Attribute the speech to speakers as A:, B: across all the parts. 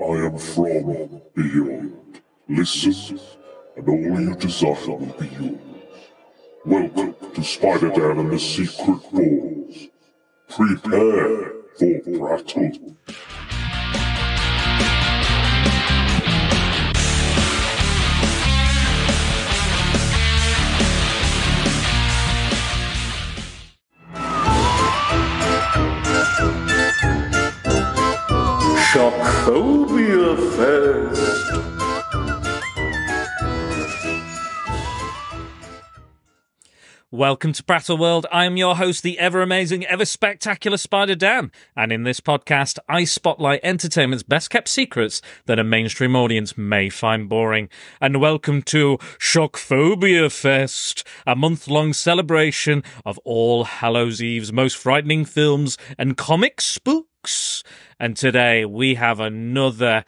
A: am from beyond. Listen, and all you desire will be yours. Welcome to Spider-Dan and the Secret Wars. Prepare for battle.
B: Shockphobia Fest.
C: Welcome to Prattle World. I am your host, the ever amazing, ever spectacular Spider Dan. And in this podcast, I spotlight entertainment's best kept secrets that a mainstream audience may find boring. And welcome to Shockphobia Fest, a month long celebration of All Hallows Eve's most frightening films and comic spooks. And today we have another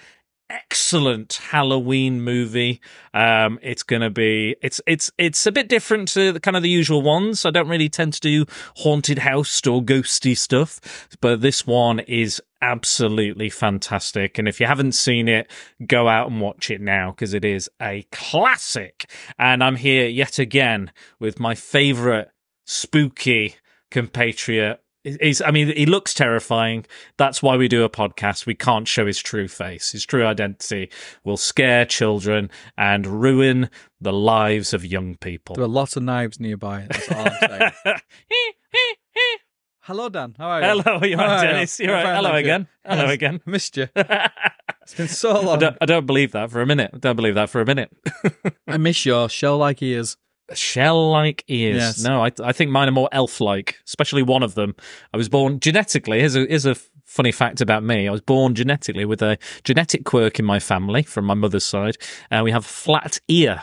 C: excellent Halloween movie. Um, it's gonna be it's it's it's a bit different to the kind of the usual ones. I don't really tend to do haunted house or ghosty stuff, but this one is absolutely fantastic. And if you haven't seen it, go out and watch it now because it is a classic. And I'm here yet again with my favorite spooky compatriot. He's, I mean, he looks terrifying. That's why we do a podcast. We can't show his true face. His true identity will scare children and ruin the lives of young
D: There
C: people.
D: are lots of knives nearby. That's all I'm saying. Hello, Dan. How are you?
C: Hello, you're
D: How
C: right,
D: are you?
C: Dennis. You're
D: I'm
C: right.
D: fine,
C: Hello
D: thank you.
C: again. Hello
D: Yes.
C: again.
D: Missed you.
C: I
D: It's been so long.
C: don't, I don't believe that for a minute. I don't believe that for a minute.
D: I miss your shell-like ears.
C: Shell-like ears.
D: Yes.
C: No, I, I think mine are more elf-like, especially one of them. I was born genetically. Here's a here's a f- funny fact about me. I was born genetically with a genetic quirk in my family from my mother's side, and we have flat ear.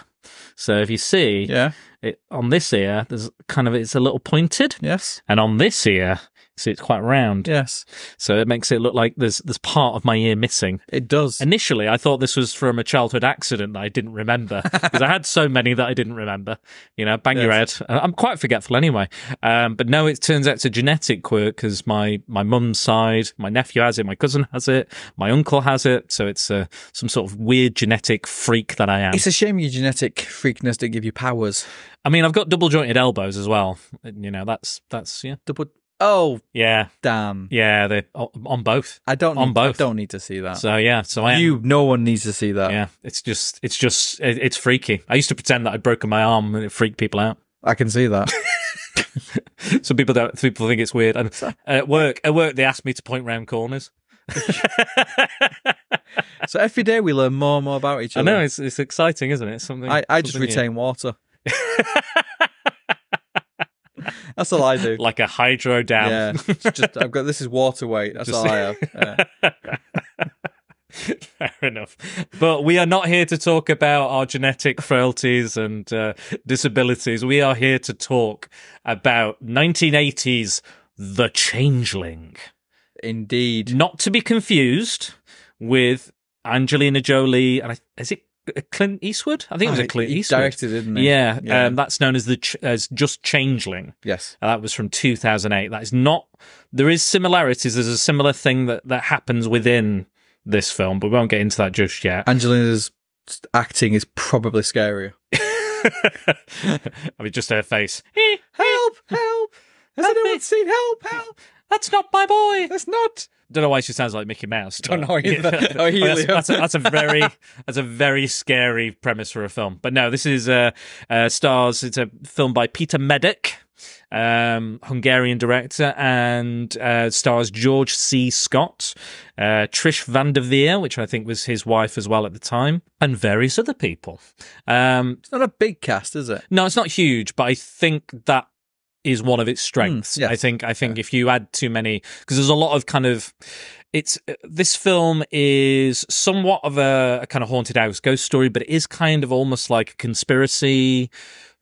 C: So if you see
D: Yeah.
C: it on this ear, there's kind of it's a little pointed,
D: Yes.
C: and on this ear, see it's quite round.
D: Yes.
C: So it makes it look like there's there's part of my ear missing.
D: It does.
C: Initially, I thought this was from a childhood accident that I didn't remember because I had so many that I didn't remember. You know, bang your head. Uh, I'm quite forgetful anyway. Um, but no, it turns out it's a genetic quirk because my my mum's side, my nephew has it, my cousin has it, my uncle has it. So it's uh, some sort of weird genetic freak that I am.
D: it's a shame your genetic freakness didn't give you powers.
C: I mean, I've got double jointed elbows as well. And, You know, that's that's yeah,
D: Double. Oh,
C: yeah,
D: damn.
C: yeah. They o- on both.
D: I don't.
C: On
D: need, I
C: both.
D: don't need to see that.
C: So yeah, so I am.
D: you. No one needs to see that.
C: yeah, it's just, it's just, it- it's freaky. I used to pretend that I'd broken my arm and it freaked people out.
D: I can see that.
C: Some people don't. Some people think it's weird. And uh, at work, at work, they ask me to point round corners.
D: so every day we learn more and more about each
C: I
D: other.
C: know it's it's exciting, isn't it? It's Something
D: I, I just
C: something
D: retain water. That's all I do.
C: new. like a hydro dam.
D: Yeah, it's just I've got this is water weight. That's
C: Just-
D: all I have. Yeah.
C: Fair enough. But we are not here to talk about our genetic frailties and uh, disabilities. We are here to talk about 1980s The Changeling.
D: Indeed.
C: Not to be confused with Angelina Jolie and I, is it Clint Eastwood? I think it was
D: Oh,
C: a Clint
D: he
C: Eastwood.
D: directed, didn't he?
C: Yeah,
D: Yeah.
C: Um, that's known as the ch- as just Changeling.
D: Yes.
C: Uh, That was from 2008. That is not. There is similarities. There's a similar thing that that happens within this film, but we won't get into that just yet.
D: Angelina's acting is probably scarier.
C: I mean, just her face.
D: Help! Help! Has anyone seen help? Help!
C: That's not my boy.
D: That's not.
C: Don't know why she sounds like Mickey Mouse.
D: Don't
C: but-
D: know either. Oh,
C: Well, that's,
D: Helio.
C: that's, a, that's a very that's a very scary premise for a film. But no, this is uh, uh, stars. It's a film by Peter Medic, um, Hungarian director, and uh, stars George C. Scott, uh, Trish Van Der Veer, which I think was his wife as well at the time, and various other people. Um,
D: It's not a big cast, is it?
C: no, it's not huge, but I think that is one of its strengths.
D: Mm, yes.
C: I think I think if you add too many because there's a lot of kind of it's uh, this film is somewhat of a, a kind of haunted house ghost story, but it is kind of almost like a conspiracy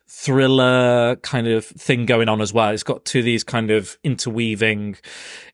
C: thriller kind of thing going on as well. It's got two of these kind of interweaving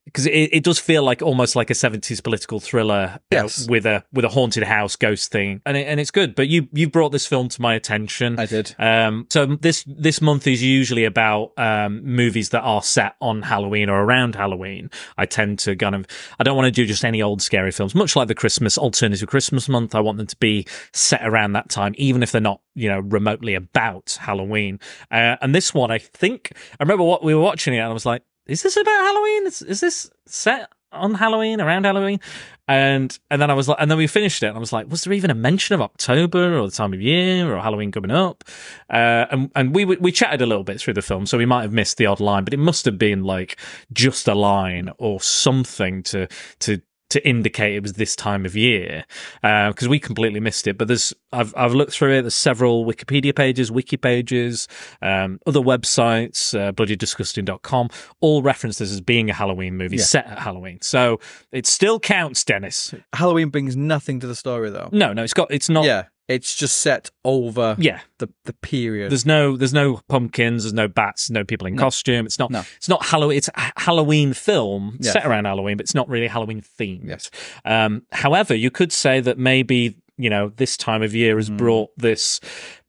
C: because it, it does feel like almost like a 70s political thriller uh,
D: Yes.
C: with a with a haunted house ghost thing and it, and it's good but you you brought this film to my attention
D: I did.
C: um so this this month is usually about um movies that are set on Halloween or around Halloween I tend to kind of I don't want to do just any old scary films much like the Christmas alternative Christmas month I want them to be set around that time even if they're not you know remotely about Halloween uh, and this one I think I remember what we were watching it and I was like is this about Halloween? Is, is this set on Halloween around Halloween? And and then I was like, and then we finished it, and I was like, was there even a mention of October or the time of year or Halloween coming up? Uh, and and we we chatted a little bit through the film, so we might have missed the odd line, but it must have been like just a line or something to to to indicate it was this time of year because we completely missed it. But there's I've I've looked through it. There's several Wikipedia pages, wiki pages, um, other websites, uh, bloodydisgusting.com, all reference this as being a Halloween movie
D: Yeah.
C: set at Halloween. So it still counts, Dennis.
D: Halloween brings nothing to the story though.
C: No, no, it's got it's not.
D: Yeah, it's just set over
C: yeah.
D: the the period.
C: There's no there's no pumpkins, there's no bats, no people in costume. It's not
D: No.
C: it's not Halloween. It's a Halloween film
D: Yes.
C: set around Halloween, but it's not really Halloween themed.
D: Yes.
C: Um, however, you could say that maybe you know this time of year has brought this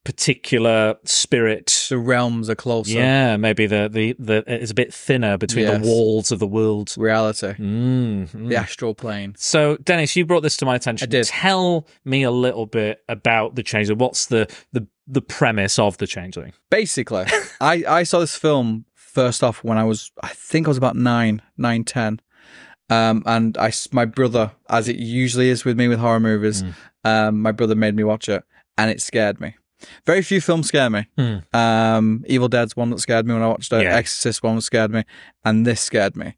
C: particular spirit.
D: the realms are closer.
C: Yeah, maybe the the the it's a bit thinner between
D: Yes.
C: the walls of the world.
D: Reality.
C: Mm, mm.
D: The astral plane.
C: So, Dennis, you brought this to my attention.
D: I did.
C: Tell me a little bit about the changeling. What's the the the premise of the changeling?
D: Basically, I, I saw this film first off when I was I think I was about nine, nine, ten. Um, and I s- my brother, as it usually is with me with horror movies, um, my brother made me watch it, and it scared me. Very few films scare me.
C: Mm.
D: Um, Evil Dead's one that scared me when I watched it.
C: Yeah.
D: Exorcist one scared me, and this scared me.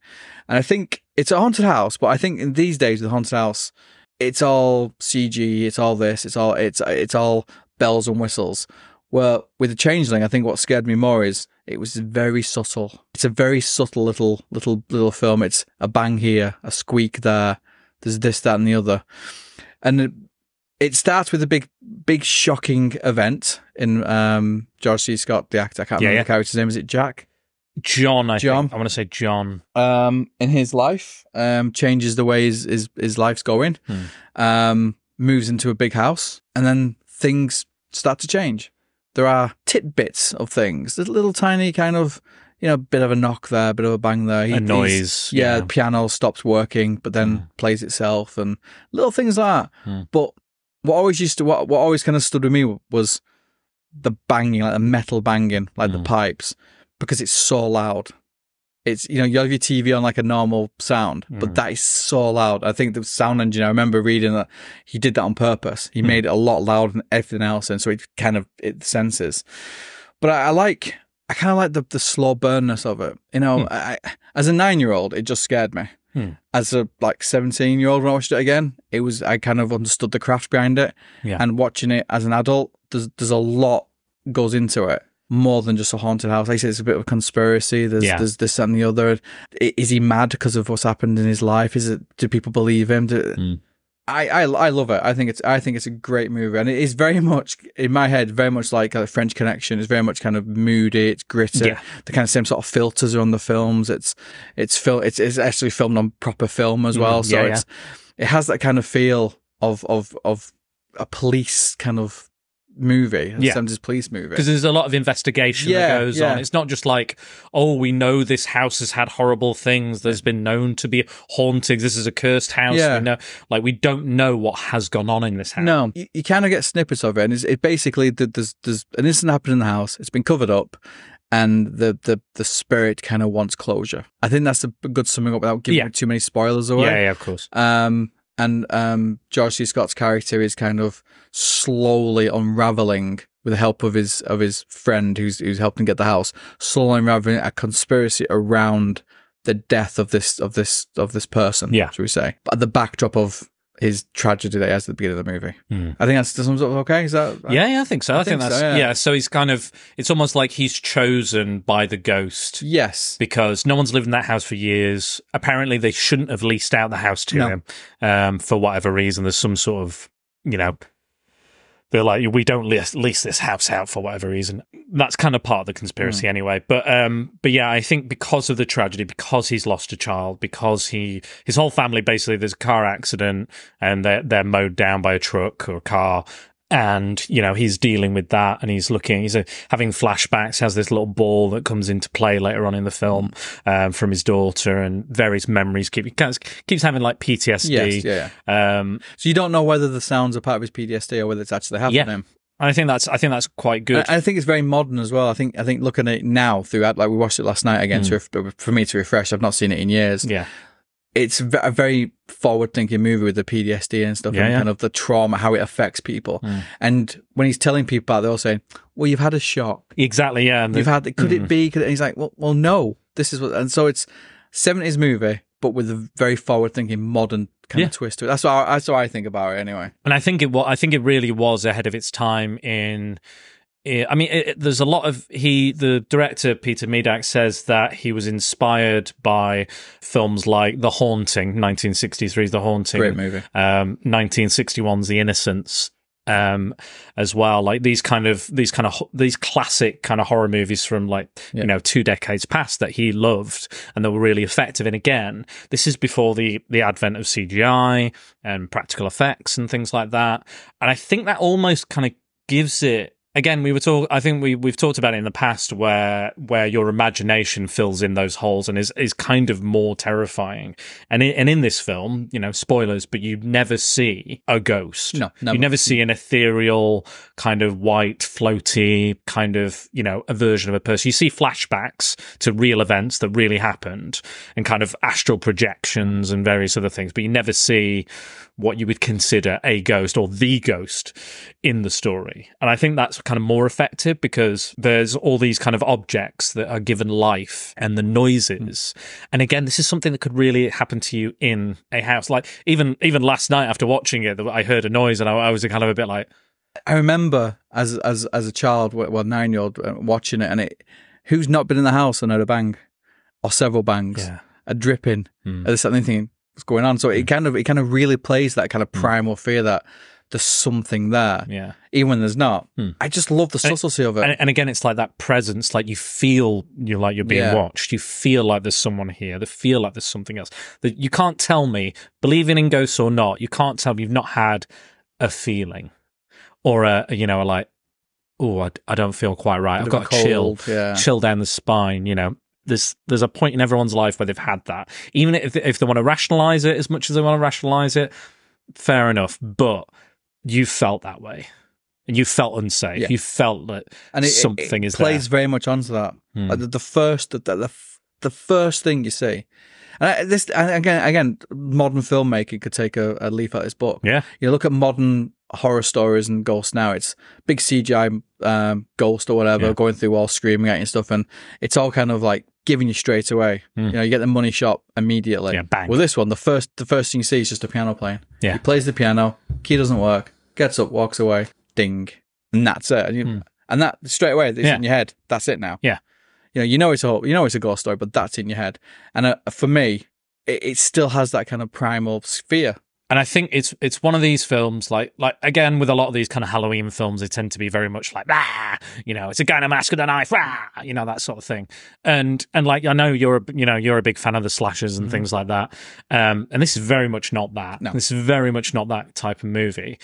D: And I think it's a haunted house, but I think in these days with haunted house, it's all CG, it's all this, it's all it's it's all bells and whistles. Well, with the changeling, I think what scared me more is it was very subtle. It's a very subtle little little little film. It's a bang here, a squeak there. There's this, that, and the other, and it, it starts with a big, big shocking event in um, George C. Scott, the actor. I can't
C: Yeah,
D: remember
C: yeah.
D: the character's name. Is it Jack?
C: John, I
D: John?
C: think. I want to say John.
D: um, in his life, um, changes the way his his, his life's going,
C: Hmm.
D: um, moves into a big house, and then things start to change. There are tidbits of things, there's a little tiny kind of you know bit of a knock there, bit of a bang there,
C: a
D: he's-
C: noise.
D: yeah, the piano stops working, but then
C: Mm.
D: plays itself, and little things like that.
C: Mm.
D: But what always used to what what always kind of stood with me was the banging, like the metal banging, like the
C: Mm.
D: pipes, because it's so loud. It's you know you have your TV on like a normal sound,
C: Mm.
D: but that is so loud. I think the sound engineer. I remember reading that he did that on purpose. He
C: Hmm.
D: made it a lot louder than everything else, and so it kind of it senses. But I, I like, I kind of like the the slow burnness of it. You know,
C: Hmm.
D: I, as a nine year old, it just scared me.
C: Hmm.
D: As a like seventeen year old, when I watched it again, it was I kind of understood the craft behind it.
C: Yeah.
D: And watching it as an adult, there's there's a lot goes into it more than just a haunted house. Like I said, it's a bit of a conspiracy. There's
C: Yeah.
D: there's this that, and the other. I- Is he mad because of what's happened in his life? Is it do people believe him? Do,
C: Mm.
D: I, I I love it. I think it's I think it's a great movie, and it is very much in my head, very much like a French Connection. It's very much kind of moody. It's gritty.
C: Yeah.
D: The kind of same sort of filters are on the films. It's it's fil- it's, it's actually filmed on proper film as well,
C: Mm,
D: so
C: yeah,
D: it's it has that kind of feel of of of a police kind of movie, a
C: Yeah.
D: seventies police movie.
C: Because there's a lot of investigation
D: Yeah,
C: that goes
D: yeah.
C: on. It's not just like, oh, we know this house has had horrible things. There's been known to be hauntings. This is a cursed house.
D: Yeah.
C: We know, like, we don't know what has gone on in this house.
D: No, you, you kind of get snippets of it, and it's, it basically th- there's there's an incident happened in the house. It's been covered up, and the the the spirit kind of wants closure. I think that's a good summing up without giving
C: Yeah.
D: too many spoilers away.
C: Yeah, yeah, of course.
D: Um, and um, George C. Scott's character is kind of slowly unraveling with the help of his of his friend who's who's helped him get the house, slowly unraveling a conspiracy around the death of this of this of this person.
C: Yeah.
D: should we say? At the backdrop of his tragedy that he has at the beginning of the movie.
C: Hmm.
D: I think that's that sums up okay. Is that
C: Yeah, yeah, I think so. I, think,
D: think so,
C: that's yeah.
D: yeah.
C: So he's kind of it's almost like he's chosen by the ghost
D: Yes.
C: because no one's lived in that house for years. Apparently, they shouldn't have leased out the house to
D: No.
C: him um, for whatever reason. There's some sort of you know. They're like, we don't lease, lease this house out for whatever reason. That's kind of part of the
D: Hmm.
C: conspiracy anyway. But um, but yeah, I think because of the tragedy, because he's lost a child, because he his whole family basically there's a car accident and they're they're mowed down by a truck or a car. And you know he's dealing with that, and he's looking. He's uh, having flashbacks. Has this little ball that comes into play later on in the film
D: Hmm.
C: um, from his daughter, and various memories keep he keeps keeps having like PTSD.
D: Yes, yeah,
C: Um,
D: So you don't know whether the sounds are part of his PTSD or whether it's actually
C: Yeah.
D: happening.
C: I think that's I think that's quite good.
D: And I think it's very modern as well. I think I think looking at it now throughout, like we watched it last night again. To, ref- for me to refresh, I've not seen it in years.
C: Mm. yeah,
D: It's ve- a very forward-thinking movie with the PTSD and stuff,
C: Yeah,
D: and
C: yeah. Mm.
D: kind of the trauma, how it affects people. And when he's telling people, that, they're all saying, "Well, you've had a shock.
C: exactly. Yeah, and the- Mm.
D: You've had. Could it be?" Could it-" And he's like, "Well, well, no. This is what." And so it's seventies movie, but with a very forward-thinking, modern kind
C: Yeah.
D: of twist to it. That's what I, that's what I think about it anyway.
C: and I think it wa- I think it really was ahead of its time in. i- I mean, it, it- there's a lot of he. The director Peter Medak says that he was inspired by films like The Haunting, 1963's The Haunting,
D: Great movie.
C: um, 1961's The Innocents um as well like these kind of these kind of these classic kind of horror movies from like you know two decades past that he loved and that were really effective and again this is before the the advent of CGI and practical effects and things like that and i think that almost kind of gives it again we were talk i think we we've talked about it in the past where where your imagination fills in those holes and is is kind of more terrifying and in, and in this film you know spoilers but you never see a ghost
D: No, never.
C: you never see an ethereal kind of white floaty kind of you know a version of a person you see flashbacks to real events that really happened and kind of astral projections and various other things but you never see what you would consider a ghost or the ghost in the story. And I think that's kind of more effective because there's all these kind of objects that are given life and the noises. And again, this is something that could really happen to you in a house. Like even even last night after watching it, I heard a noise and I, I was kind of a bit like,
D: I remember as as as a child, w- well, nine year old, watching it, and it. Who's not been in the house and heard a bang, or several bangs,
C: Yeah. Hmm.
D: a dripping, or there's something thinking, what's going on? So it kind of it kind of really plays that kind of primal fear that there's something there,
C: Hmm. yeah. Hmm.
D: even when there's not. I just love the
C: And it-
D: subtlety of it.
C: And, and again, it's like that presence, like you feel you're like you're being
D: Yeah.
C: watched. You feel like there's someone here. They feel like there's something else. That you can't tell me, believing in ghosts or not, you can't tell me you've not had a feeling or a you know a like, oh, I, I don't feel quite right. I've
D: Bit of
C: got
D: a
C: a chill,
D: cold, yeah.
C: chill down the spine. You know, there's there's a point in everyone's life where they've had that. Even if if they want to rationalize it as much as they want to rationalize it, fair enough. But you felt that way. And you felt unsafe.
D: Yeah.
C: You felt that
D: and it, it-
C: something
D: it
C: is
D: plays
C: there. Hmm.
D: very much onto that. Like the, the first the, the, the f- the first thing you see, and I, this and again again modern filmmaking could take a, a leaf out of this book.
C: Yeah.
D: you look at modern horror stories and ghosts now. It's big CGI um, ghost or whatever
C: Yeah.
D: going through walls, screaming at you and stuff, and it's all kind of like giving you straight away. You know, you get the money shot immediately.
C: Hmm. Yeah, bang.
D: With this one, the first the first thing you see is just a piano playing.
C: Yeah.
D: he plays the piano. Key doesn't work. Gets up, walks away. Ding, and that's it. And, you, and that straight away, it's
C: Hmm. Yeah.
D: in your head. That's it now.
C: Yeah.
D: You know, you know it's a whole, you know it's a ghost story, but that's in your head. And uh, for me, it, it still has that kind of primal sphere.
C: And I think it's it's one of these films like like again with a lot of these kind of Halloween films they tend to be very much like ah you know it's a guy in a mask with a knife ah you know that sort of thing and and like I know you're a, you know you're a big fan of the slashers and things like that um and this is very much not that
D: No.
C: this is very much not that type of movie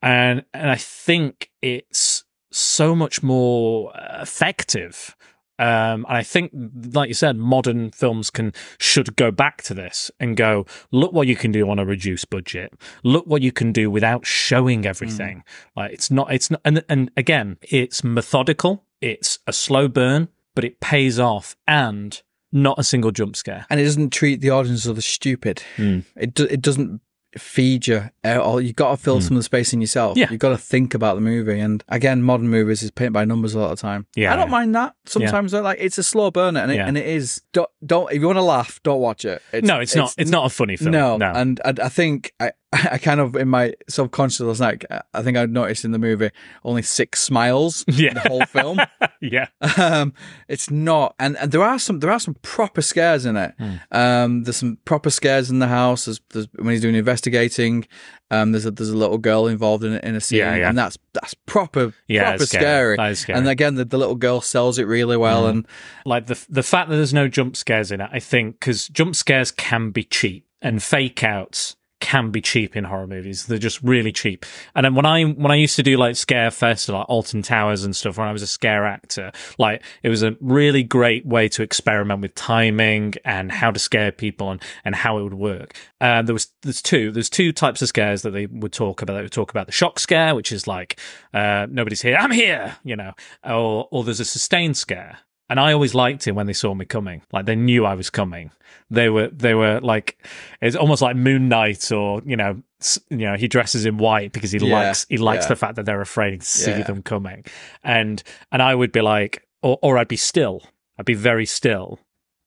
C: and and I think it's so much more uh, effective Um, and I think, like you said, modern films can should go back to this and go, look what you can do on a reduced budget. Look what you can do without showing everything.
D: Mm.
C: Like it's not, it's not, and and again, it's methodical. It's a slow burn, but it pays off, and not a single jump scare.
D: And it doesn't treat the audience as the stupid.
C: Hmm.
D: It do, it doesn't feed you at all. You've got to fill some of the space in yourself.
C: Hmm. Yeah.
D: You've got to think about the movie. And again, modern movies is paint by numbers a lot of time.
C: Yeah.
D: I don't mind that. Sometimes though, like it's a slow burner and it,
C: Yeah.
D: and it is. Don't, don't, if you want to laugh, don't watch it.
C: no, it's, not. It's not a funny film.
D: No,
C: no.
D: and I, I think I, I kind of in my subconscious last night. I think I noticed in the movie only six smiles in the
C: Yeah.
D: whole film.
C: yeah.
D: um, it's not, and, and there are some there are some proper scares in it.
C: Hmm.
D: Um, there's some proper scares in the house. There's, there's when he's doing investigating. Um, there's a, there's a little girl involved in it in a scene,
C: Yeah, yeah.
D: and that's that's proper
C: Yeah,
D: proper
C: it's scary.
D: scary.
C: That is scary. Hmm.
D: And again, the, the little girl sells it really well, and
C: like the the fact that there's no jump scares in it, I think, because jump scares can be cheap and fake outs can be cheap in horror movies. They're just really cheap. And then when I when I used to do like scare fest, like Alton Towers and stuff, when I was a scare actor, like it was a really great way to experiment with timing and how to scare people and and how it would work. Uh, there was there's two there's two types of scares that they would talk about. They would talk about the shock scare, which is like uh, nobody's here, I'm here, you know, or or there's a sustained scare, and I always liked it when they saw me coming. Like they knew I was coming. They were they were like it's almost like Moon Knight or you know s- you know he dresses in white because he
D: Yeah,
C: likes he likes
D: yeah.
C: the fact that they're afraid to see
D: Yeah.
C: them coming. And and I would be like or or I'd be still. I'd be very still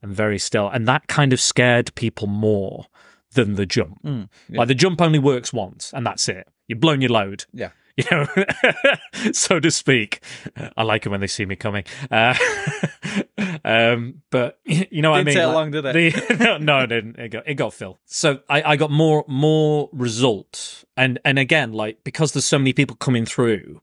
C: and very still and that kind of scared people more than the jump.
D: Mm, yeah.
C: Like the jump only works once and that's it. You've blown your load
D: yeah,
C: you know, so to speak. I like it when they see me coming. Uh, um, but you know what
D: Didn't
C: I
D: take
C: mean.
D: long, did it?
C: the- no, no, it didn't. It got, it got Phil. So I, I got more more result, and and again, like because there's so many people coming through.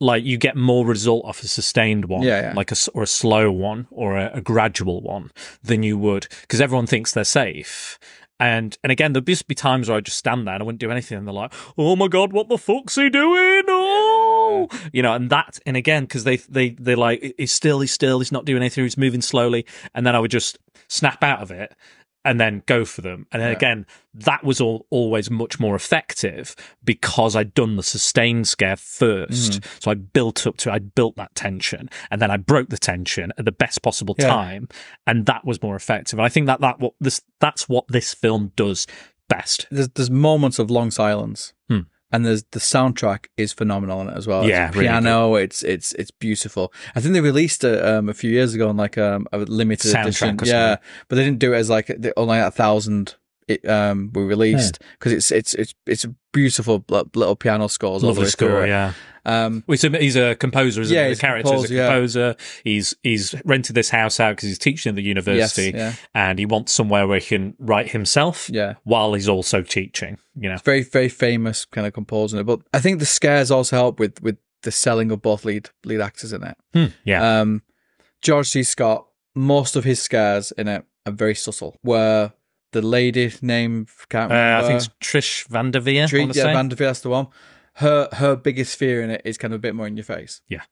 C: Like you get more result off a sustained one,
D: Yeah, yeah.
C: like a s- or a slow one or a, a gradual one than you would because everyone thinks they're safe. And and again, there'd just be times where I would just stand there and I wouldn't do anything, and they're like, "Oh my god, what the fuck's he doing?" Oh, you know, and that and again because they they they like he's still, he's still, he's not doing anything, he's moving slowly, and then I would just snap out of it and then go for them. And then
D: Yeah.
C: again, that was all always much more effective because I'd done the sustained scare first.
D: Mm.
C: So I built up to I built that tension and then I broke the tension at the best possible
D: Yeah.
C: time and that was more effective. And I think that that what this that's what this film does best.
D: there's there's moments of long silence,
C: Hmm.
D: and there's the soundtrack is phenomenal in it as well.
C: Yeah,
D: it's
C: really
D: piano, it's it's it's beautiful. I think they released it um, a few years ago on like um, a limited
C: Soundtrack
D: edition,
C: or
D: yeah, but they didn't do it as like the- only a thousand. It um were released because it's it's it's it's a beautiful li- little piano scores. all
C: Lovely
D: the way through
C: score,
D: it.
C: yeah.
D: Um,
C: Well, He's a, he's a composer, isn't
D: Yeah,
C: he? The
D: he's a
C: character is
D: composer,
C: a
D: yeah.
C: composer. He's he's rented this house out because he's teaching at the
D: yes,
C: university,
D: yeah,
C: and he wants somewhere where he can write himself
D: yeah.
C: while he's also teaching. You know,
D: very very famous kind of composer. in it. But I think the scares also help with with the selling of both lead lead actors in it.
C: Hmm, yeah,
D: Um, George C. Scott, most of his scares in it are very subtle. Where the lady name can't
C: uh, I
D: remember.
C: think it's Trish Van Der Veer. I
D: Dre-
C: wanna
D: yeah,
C: say.
D: Van Der Veer, that's the one. Her her biggest fear in it is kind of a bit more in your face.
C: Yeah.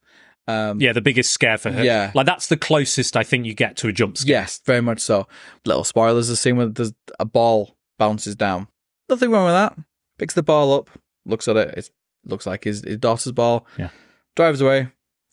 D: Um,
C: Yeah, the biggest scare for her.
D: Yeah.
C: like that's the closest I think you get to a jump scare.
D: Yes, very much so. Little spoilers: the scene where there's a ball bounces down. Nothing wrong with that. Picks the ball up, looks at it. It looks like his, his daughter's ball.
C: Yeah.
D: Drives away,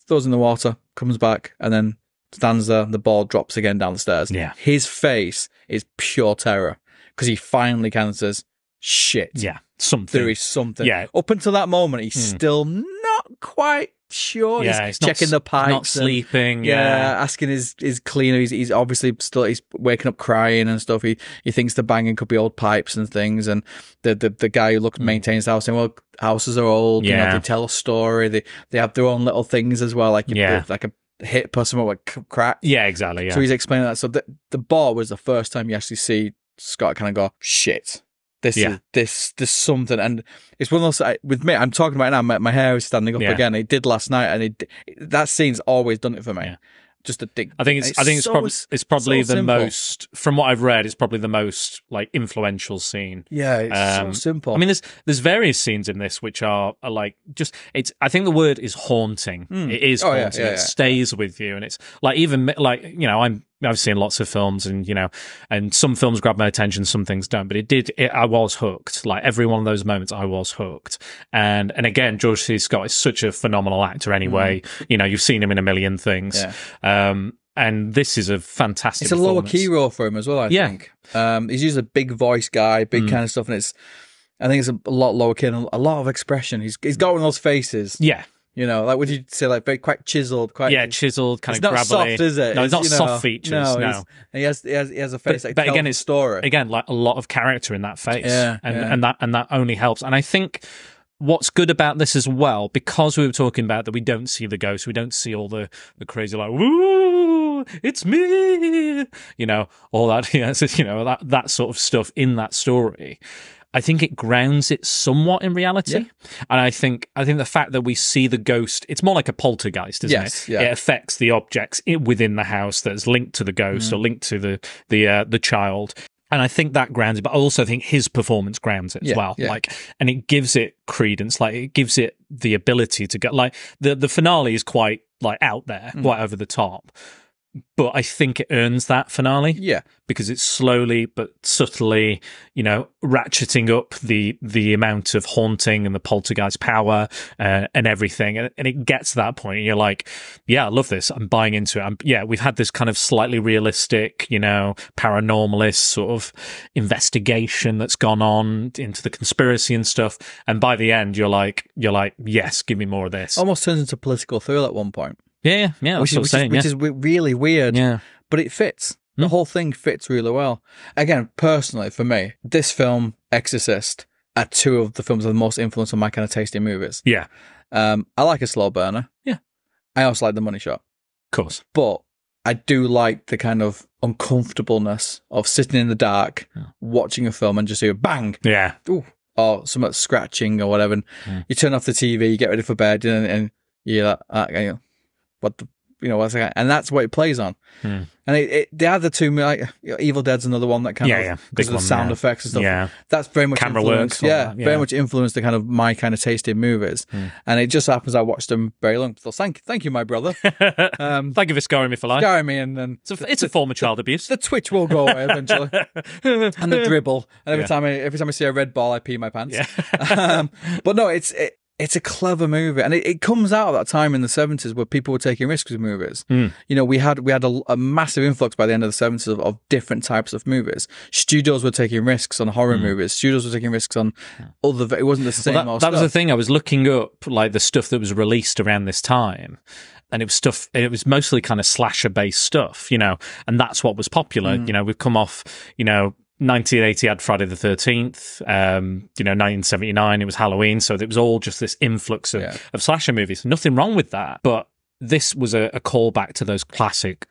D: throws it in the water, comes back, and then stands there. The ball drops again down the stairs.
C: Yeah.
D: His face is pure terror because he finally kind of says, "Shit,
C: Yeah, something.
D: there is something."
C: Yeah.
D: Up until that moment, he's
C: Hmm.
D: still not quite sure.
C: yeah,
D: he's
C: it's not
D: checking
C: s-
D: the pipes.
C: not
D: and-
C: sleeping.
D: yeah,
C: Yeah,
D: asking his his cleaner. He's, he's obviously still he's waking up crying and stuff. He he thinks the banging could be old pipes and things. And the the, the guy who looks maintains the house saying, "Well, houses are old. You know,
C: Hmm. Yeah.
D: they tell a story. They they have their own little things as well. Like you
C: Yeah.
D: like a hip or something like c- crack.
C: yeah, exactly. Yeah,
D: So he's explaining that. So the the bar was the first time you actually see Scott kind of go, "Shit." This
C: Yeah.
D: is this this something, and it's one of those. I, with me, I'm talking right now. My, my hair is standing up
C: Yeah.
D: again. It did last night, and it that scene's always done it for me
C: Yeah.
D: just a dig.
C: I think it's, I think it's,
D: so
C: prob-
D: s-
C: it's probably
D: so
C: the
D: simple.
C: most from what I've read. It's probably the most like influential scene
D: yeah, it's
C: Um,
D: so simple.
C: I mean, there's there's various scenes in this which are, are like just it's. I think the word is haunting.
D: Mm.
C: It is
D: Oh, yeah,
C: haunting.
D: yeah,
C: it
D: yeah.
C: stays with you, and it's like even like you know I'm I've seen lots of films, and you know, and some films grab my attention, some things don't. But it did. It, I was hooked. Like every one of those moments, I was hooked. And and again, George C. Scott is such a phenomenal actor. Anyway,
D: Hmm.
C: you know, you've seen him in a million things. Um, and this is a fantastic.
D: it's a lower
C: performance.
D: key role for him as well. I
C: Yeah. Mm.
D: think um, he's usually a big voice guy, big kind of stuff, and it's. I think it's a lot lower key and a lot of expression. He's he's got one of those faces.
C: Yeah.
D: You know, like would you say like very quite chiseled, quite
C: yeah, chiseled, kind
D: it's
C: of
D: not
C: gravelly.
D: soft, is it?
C: No, it's not
D: you
C: soft
D: know,
C: features, no.
D: he's- and he has he has he has a face
C: But-
D: that
C: but
D: tells
C: again,
D: the
C: it's-
D: story.
C: Again, like a lot of character in that face,
D: Yeah,
C: and
D: yeah.
C: and that and that only helps. And I think what's good about this as well, because we were talking about that, we don't see the ghosts, we don't see all the the crazy like woo, it's me, you know, all that, you know, it's- you know that that sort of stuff in that story. I think it grounds it somewhat in reality, and I think I think the fact that we see the ghost, it's more like a poltergeist, isn't
D: Yes,
C: it?
D: yeah.
C: It affects the objects i- within the house that's linked to the
D: Mm.
C: ghost or linked to the the uh, the child. And I think that grounds it, but I also think his performance grounds it as
D: Yeah,
C: well.
D: yeah.
C: Like, and it gives it credence. Like, it gives it the ability to get. Like, the the finale is quite like out there,
D: Mm.
C: quite over the top. But I think it earns that finale
D: yeah,
C: because it's slowly but subtly, you know, ratcheting up the the amount of haunting and the poltergeist power uh, and everything, and, and it gets to that point, and you're like, yeah, I love this. I'm buying into it. I'm, yeah, we've had this kind of slightly realistic, you know, paranormalist sort of investigation that's gone on into the conspiracy and stuff, and by the end, you're like, you're like, yes, give me more of this.
D: almost turns into political thrill at one point,
C: yeah, yeah, yeah. That's
D: which is
C: what I'm
D: which,
C: saying.
D: is, which is we- really weird.
C: yeah. Hmm? yeah.
D: but it fits. The whole thing fits really well. Again, personally, for me, this film, Exorcist, are two of the films that have the most influence on my kind of taste in movies.
C: Yeah.
D: Um, I like a slow burner.
C: Yeah.
D: I also like the money shot,
C: Of course.
D: but I do like the kind of uncomfortableness of sitting in the dark, watching a film, and just hear bang,
C: Yeah.
D: ooh, or something scratching or whatever. And
C: Mm.
D: you turn off the TV, you get ready for bed, and, and you're like, ah, you know, what the, you know, what's that? And that's what it plays on.
C: Mm.
D: And it, it, the other two, like you know, Evil Dead's another one that kind
C: Yeah,
D: of,
C: yeah. Big
D: because of the
C: one,
D: sound
C: yeah.
D: effects and stuff.
C: Yeah.
D: That's very much
C: Camera work,
D: influenced.
C: all
D: yeah,
C: that, yeah. Hmm.
D: very much influenced the kind of my kind of taste in movies. And it just happens I watched them very long. So thank, thank you, my brother, Um,
C: Thank you for scarring me for life.
D: Gary, me, and then
C: It's a, it's a form of child abuse.
D: the twitch will go away eventually. and the dribble. And every
C: Yeah.
D: time I every time I see a red ball, I pee my pants.
C: Yeah.
D: um, but no, it's it, it's a clever movie, and it, it comes out of that time in the seventies where people were taking risks with movies.
C: Hmm.
D: You know, we had we had a, a massive influx by the end of the seventies of, of different types of movies. Studios were taking risks on horror movies. Studios were taking risks on other. It wasn't the same.
C: Hmm. Well,
D: old
C: that, that was the
D: stuff.
C: thing. I was looking up like the stuff that was released around this time, and it was stuff. and It was mostly kind of slasher based stuff, you know, and that's what was popular.
D: Mm.
C: You know, we've come off, you know. 1980 had Friday the 13th, um, you know, 1979 it was Halloween, so it was all just this influx of,
D: Yeah.
C: of slasher movies. Nothing wrong with that, but this was a, a callback to those classic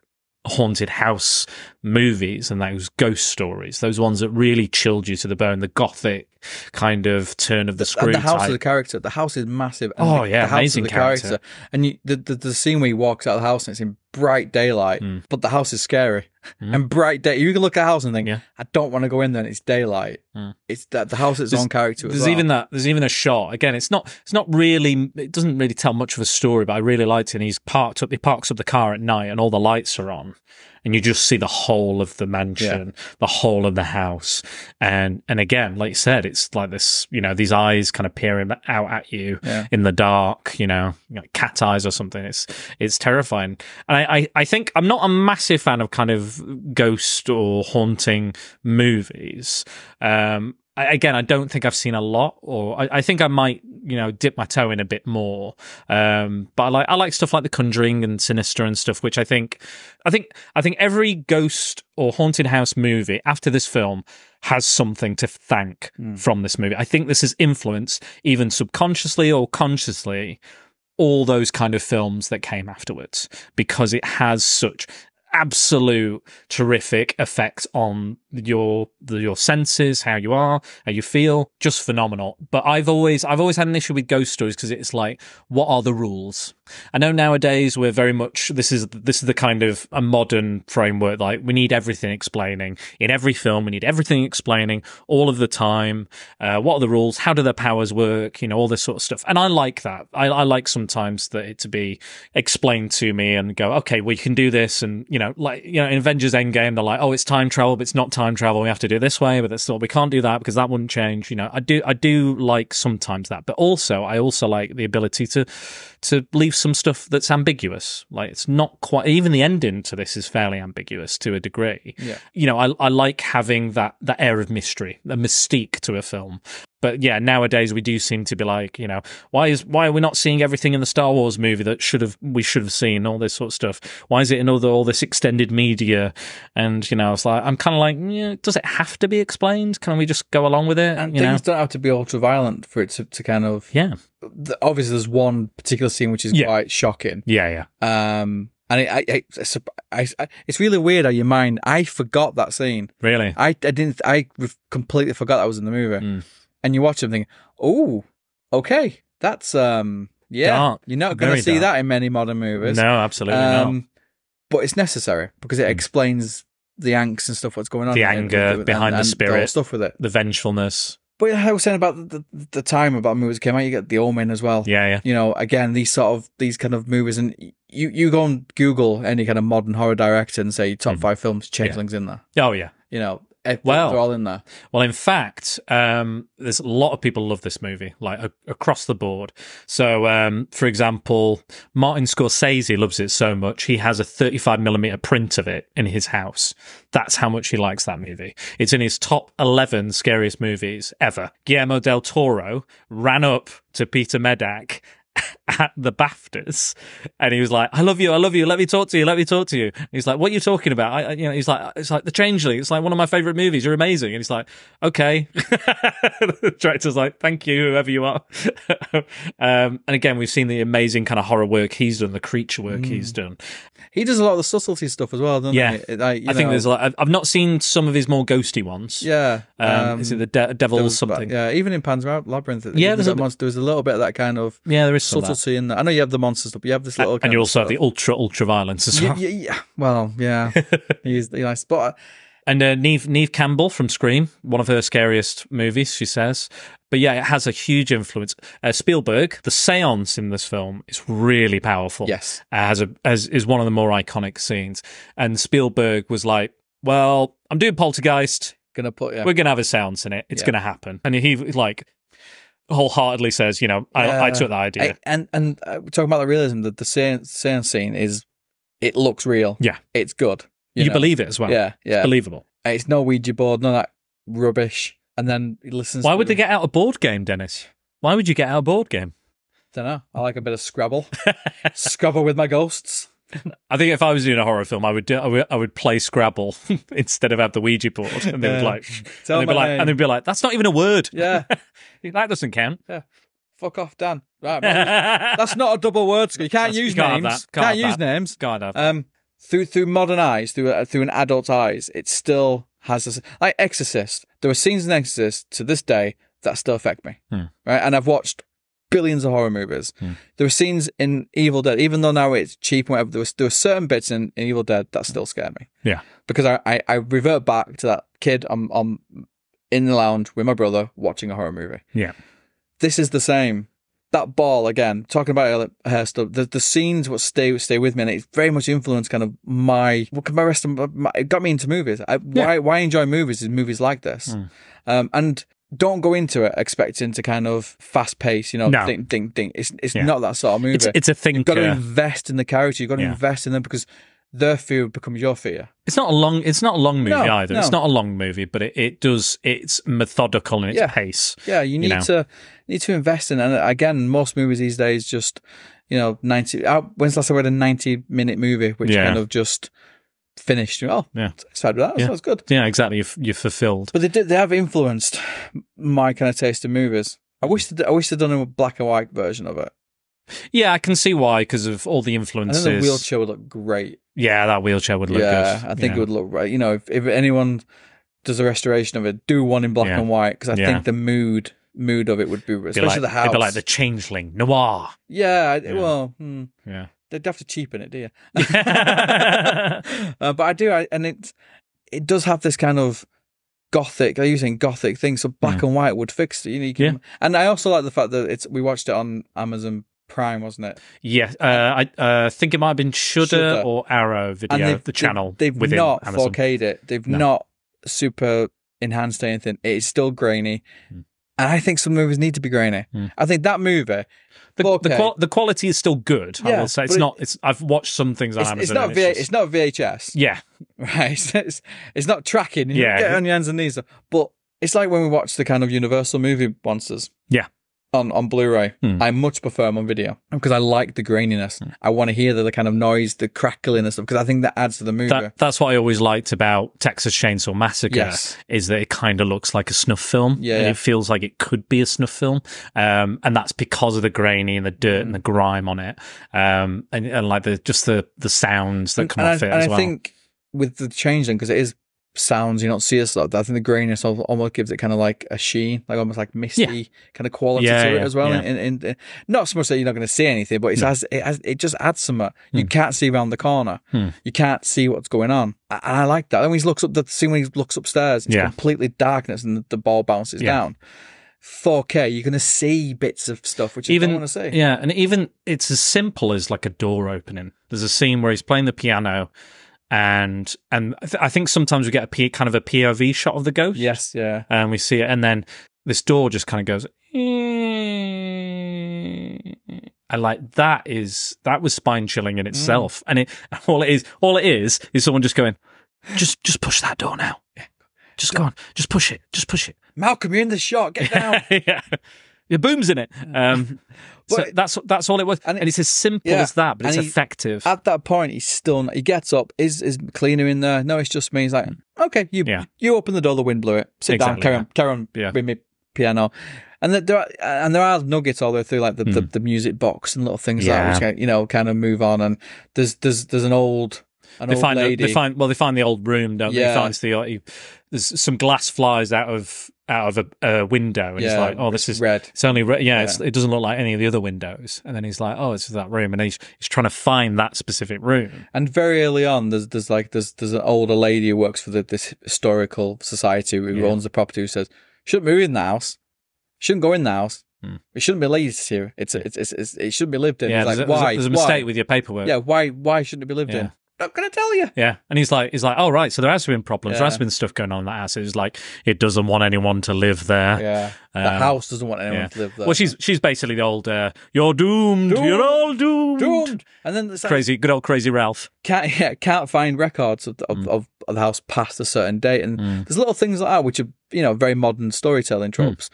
C: haunted house movies and those ghost stories, those ones that really chilled you to the bone, the gothic kind of turn of the, screw
D: and the house
C: type.
D: is a character. The house is massive. And
C: Oh,
D: the,
C: yeah,
D: the house
C: amazing
D: is a
C: character.
D: And you, the, the the scene where he walks out of the house and it's in bright daylight,
C: Hmm.
D: but the house is scary and bright day. You can look at a house and think,
C: Yeah. Hmm.
D: I don't want to go in there. and It's daylight. It's that the house is its own character. As
C: there's
D: well.
C: even that there's even a shot again it's not it's not really it doesn't really tell much of a story but i really liked it and he's parked up he parks up the car at night and all the lights are on and you just see the whole of the mansion the whole of the house and and again like you said it's like this you know these eyes kind of peering out at you
D: Yeah.
C: in the dark you know like cat eyes or something it's it's terrifying and I, I i think i'm not a massive fan of kind of ghost or haunting movies um I, again, I don't think I've seen a lot, or I, I think I might, you know, dip my toe in a bit more. Um, but I like I like stuff like The Conjuring and Sinister and stuff, which I think, I think, I think every ghost or haunted house movie after this film has something to thank from this movie. I think this has influenced, even subconsciously or consciously, all those kind of films that came afterwards because it has such absolute terrific effect on your the, your senses how you are how you feel just phenomenal but i've always i've always had an issue with ghost stories because it's like what are the rules i know nowadays we're very much this is this is the kind of a modern framework like we need everything explaining in every film we need everything explaining all of the time uh, what are the rules how do their powers work you know all this sort of stuff and i like that i, I like sometimes that it to be explained to me and go okay well you can do this and you know like you know in avengers endgame they're like oh it's time travel but it's not time travel we have to do it this way but that's all we can't do that because that wouldn't change you know i do i do like sometimes that but also i also like the ability to to leave some stuff that's ambiguous like it's not quite even the ending to this is fairly ambiguous to a degree
D: Yeah.
C: you know, I, I like having that that air of mystery, a mystique to a film. But yeah, nowadays we do seem to be like, you know, why is why are we not seeing everything in the Star Wars movie that should have we should have seen all this sort of stuff? Why is it in all, the, all this extended media? And you know, it's like I'm kind of like, yeah, does it have to be explained? Can we just go along with it?
D: And
C: you know,
D: things don't have to be ultra violent for it to, to kind of.
C: yeah,
D: the- Obviously, there's one particular scene which is
C: Yeah.
D: quite shocking.
C: yeah, yeah.
D: Um, and it, I, I, it's, a- I- I- it's really weird how your mind. I forgot that scene.
C: Really,
D: I, I didn't. I re- completely forgot that was in the movie.
C: Mm.
D: And you watch them thinking, oh, okay, that's um, yeah,
C: Dark.
D: you're not going
C: Very
D: to see
C: dark.
D: that in many modern movies.
C: no, absolutely
D: Um,
C: not. Mm.
D: But it's necessary because it explains the angst and stuff what's going on.
C: The
D: and-
C: anger
D: and-
C: behind the
D: and all
C: spirit.
D: stuff with it.
C: The vengefulness,
D: But I was saying about the, the, the time about movies that came out. You get The Omen as well.
C: yeah, yeah,
D: You know, again, these sort of these kind of movies, and you you go and Google any kind of modern horror director and say top five films, Changeling's in there.
C: oh yeah.
D: You know, eh,
C: Mm. Well-
D: they're all in there.
C: Well, in fact, um, there's a lot of people love this movie, like a- across the board. So, um, for example, Martin Scorsese loves it so much he has a 35 millimeter print of it in his house. That's how much he likes that movie. It's in his top 11 scariest movies ever. Guillermo del Toro ran up to Peter Medak at the BAFTAs, and he was like, "I love you, I love you. Let me talk to you, let me talk to you." And he's like, "What are you talking about?" I, I- you know, he's like, "It's like The Changeling. It's like one of my favorite movies. You're amazing." And he's like, "Okay." the director's like, "Thank you, whoever you are." um, and again, we've seen the amazing kind of horror work he's done, the creature
D: Mm.
C: work he's done.
D: He does a lot of the subtlety stuff as well, doesn't
C: Yeah.
D: he? It- Like, you
C: I think
D: know,
C: there's like I've, I've not seen some of his more ghosty ones.
D: yeah.
C: Um, is it the de- devil
D: Devil's Ba-
C: something? Yeah.
D: Yeah, even in Pan's Lab- Labyrinth,
C: Yeah,
D: yeah,
C: there's
D: there's
C: a
D: a
C: bit-
D: monster. There's a little bit of that kind of
C: there is some of that.
D: subtlety in there. I know you have the monster stuff, but you have this little.
C: And
D: kind
C: you
D: of
C: also have
D: stuff.
C: the ultra ultra violence as well.
D: Yeah, yeah, yeah. Well, yeah, he's the nice spot.
C: And uh, Neve, Neve Campbell from Scream, one of her scariest movies, she says. But yeah, it has a huge influence. Uh, Spielberg, the seance in this film is really powerful.
D: Yes.
C: Uh, has a, as, is one of the more iconic scenes. And Spielberg was like, well, I'm doing Poltergeist.
D: Gonna put yeah.
C: We're going to have a seance in it. It's
D: Yeah.
C: going to happen. And he like wholeheartedly says, you know, I, I
D: Yeah.
C: took that idea.
D: I- and and uh, we're talking about the realism. The the seance, seance scene is, it looks real.
C: Yeah.
D: it's good.
C: you
D: know?
C: believe it as well.
D: Yeah, yeah.
C: Believable.
D: And it's no Ouija board, none of that rubbish. And then he listens.
C: Why
D: to
C: would they
D: the-
C: get out a board game, Dennis? Why would you get out a board game?
D: Don't know. I like a bit of Scrabble. Scrabble with my ghosts.
C: I think if I was doing a horror film, I would do, I would, I would play Scrabble instead of have the Ouija board, and they would
D: Yeah.
C: like,
D: Tell
C: and they'd
D: my
C: be like,
D: name.
C: and they'd be like, that's not even a word.
D: Yeah,
C: that doesn't count.
D: fuck off, Dan. Right, man.
C: that's
D: that's not a double word. Scott. You can't
C: That's-
D: use
C: you can't have
D: names.
C: that. Can't
D: Can't,
C: have
D: use
C: that.
D: names.
C: God. I've-
D: Um, through through modern eyes, through uh, through an adult's eyes, it still has this. Like Exorcist, there are scenes in Exorcist to this day that still affect me.
C: Hmm.
D: Right, and I've watched billions of horror movies. There are scenes in Evil Dead, even though now it's cheap and whatever. There was there were certain bits in, in Evil Dead that still scare me.
C: Yeah.
D: because I, I I revert back to that kid. I'm I'm in the lounge with my brother watching a horror movie
C: yeah.
D: this is the same. That ball again. Talking about her stuff. The, the scenes what stay stay with me, and it very much influenced kind of my what my rest of my. It got me into movies. I, Why why I enjoy movies is movies like this,
C: Hmm.
D: um, and don't go into it expecting to kind of fast pace. You know,
C: No.
D: ding ding ding. It's it's
C: Yeah.
D: not that sort of movie.
C: It's it's a
D: You've got to
C: thinker.
D: invest in the character. You've got to
C: Yeah.
D: invest in them because their fear becomes your fear.
C: It's not a long. It's not a long movie
D: No,
C: either. It's
D: no.
C: not a long movie, but it, it does. It's methodical in its
D: Yeah.
C: pace.
D: Yeah, you need
C: know.
D: to need to invest in. And again, most movies these days just you know ninety. Uh, when's the last time we had a ninety-minute movie which
C: Yeah.
D: kind of just finished? Oh,
C: Yeah.
D: satisfied with that.
C: Yeah.
D: That was good.
C: Yeah, exactly. You're, you're fulfilled.
D: But they did. They have influenced my kind of taste in movies. I wish they'd, I wish they'd done a black and white version of it.
C: Yeah, I can see why because of all the
D: I
C: influences.
D: think the wheelchair would look great.
C: Yeah, that wheelchair would look
D: yeah,
C: good.
D: I think
C: yeah.
D: it would look right. You know, if, if anyone does a restoration of it, do one in black
C: Yeah.
D: and white because I
C: Yeah.
D: think the mood mood of it would be
C: Be
D: especially
C: like,
D: the house.
C: It'd be like the changeling noir.
D: yeah, I-
C: Yeah.
D: Well. Hmm.
C: Yeah.
D: they'd have to cheapen it, do you? uh, but I do, I, and it it does have this kind of gothic. They're using gothic thing, so black and white would fix it. You know, you can,
C: Mm. Yeah.
D: and I also like the fact that it's we watched it on Amazon Prime, wasn't it?
C: Yeah, uh, I uh, think it might have been Shudder,
D: Shudder.
C: or Arrow
D: And
C: Video, the channel
D: They've,
C: within
D: not
C: Amazon.
D: 4K'd it. They've
C: No.
D: not super enhanced anything. It's still grainy.
C: Mm.
D: And I think some movies need to be grainy. I think that movie,
C: The, the,
D: 4K.
C: qual- the quality is still good. I
D: Yeah,
C: will say it's
D: but it-
C: not. It's I've watched some things on
D: it's,
C: Amazon.
D: it's not
C: and
D: V-
C: just-
D: it's not VHS.
C: yeah,
D: right? It's, it's not tracking. You
C: Yeah.
D: yeah, get on your hands and knees, but It's like when we watch the kind of Universal movie monsters.
C: Yeah.
D: On on Blu-ray,
C: Hmm.
D: I much prefer them on video because I like the graininess. I want to hear the, the kind of noise, the crackling and stuff because I think that adds to the movie.
C: That, that's what I always liked about Texas Chainsaw Massacre
D: Yes.
C: is that it kind of looks like a snuff film.
D: Yeah,
C: And
D: yeah.
C: it feels like it could be a snuff film, um, and that's because of the grainy and the dirt
D: Mm.
C: and the grime on it, um, and, and like the just the the sounds that come
D: and
C: off
D: I,
C: it
D: and
C: as
D: I
C: well.
D: think with the change then, because it is sounds, you don't see us lot. I think the graininess al- almost gives it kind of like a sheen, like almost like misty kind of quality
C: Yeah,
D: to it
C: yeah,
D: as well.
C: yeah.
D: And, and, and not so much that you're not going to see anything, but it's as it, has, it just adds some. uh, You can't see around the corner.
C: Hmm.
D: You can't see what's going on, A- and I like that. And when he looks up, the scene when he looks upstairs, it's
C: Yeah.
D: completely darkness, and the, the ball bounces
C: Yeah.
D: down. 4K, you're going to see bits of stuff which you
C: even
D: don't want to see.
C: yeah, and even it's as simple as like a door opening. There's a scene where he's playing the piano, and and I, th- I think sometimes we get a P- kind of a POV shot of the ghost.
D: Yes, yeah.
C: and we see it, and then this door just kind of goes. And like that is that was spine chilling in itself, and it all it is all it is is someone just going, just just push that door now, just go on, just push it, just push it.
D: Malcolm, you're in the shot. Get down.
C: yeah, your boom's in it. Um, so
D: But-
C: that's that's all it was,
D: and
C: and,
D: it-
C: it's as simple
D: yeah,
C: as that, but it's
D: and he-
C: effective.
D: At that point, he's still not, he gets up. Is is cleaner in there? No, it's just me. He's like, okay, you
C: Yeah.
D: you open the door, the wind blew it. Sit down,
C: Exactly,
D: carry
C: yeah.
D: on, carry on
C: Yeah.
D: with me piano. And that there are, and there are nuggets all the way through, like the, the, the music box and little things
C: Hmm. Yeah.
D: like that, which you know kind of move on. And there's there's there's an old an
C: they
D: old
C: find the-
D: lady.
C: they find well they find the old room don't they?
D: Yeah.
C: He finds the uh, he- there's some glass flies out of out of a, a window and he's
D: Yeah,
C: like oh this is
D: red.
C: it's only red yeah, It's, it doesn't look like any of the other windows and then he's like oh it's that room and he's, he's trying to find that specific room
D: And very early on, there's there's like there's there's an older lady who works for the, this historical society who
C: Yeah.
D: owns the property who says shouldn't move in the house, shouldn't go in the house.
C: Hmm.
D: It shouldn't be leased here. It's, it's, it's, it's it shouldn't be lived in.
C: yeah
D: It's
C: there's,
D: like
C: a, there's a-
D: why?
C: there's a
D: Why?
C: mistake with your paperwork
D: Yeah, why why shouldn't it be lived
C: Yeah.
D: in? Not gonna tell you.
C: Yeah, and he's like, he's like, oh right, so there has been problems, there
D: Yeah.
C: has been stuff going on in that house. It's like it doesn't want anyone to live there.
D: Yeah, the
C: Um,
D: house doesn't want anyone
C: yeah.
D: to live there.
C: Well, she's she's basically the old, uh, you're doomed,
D: Doomed.
C: you're all doomed.
D: doomed. And then it's like,
C: Crazy, good old crazy Ralph.
D: can't yeah, can't find records of the, of,
C: Hmm.
D: of, of the house past a certain date, and there's little things like that which are you know very modern storytelling
C: Hmm.
D: tropes,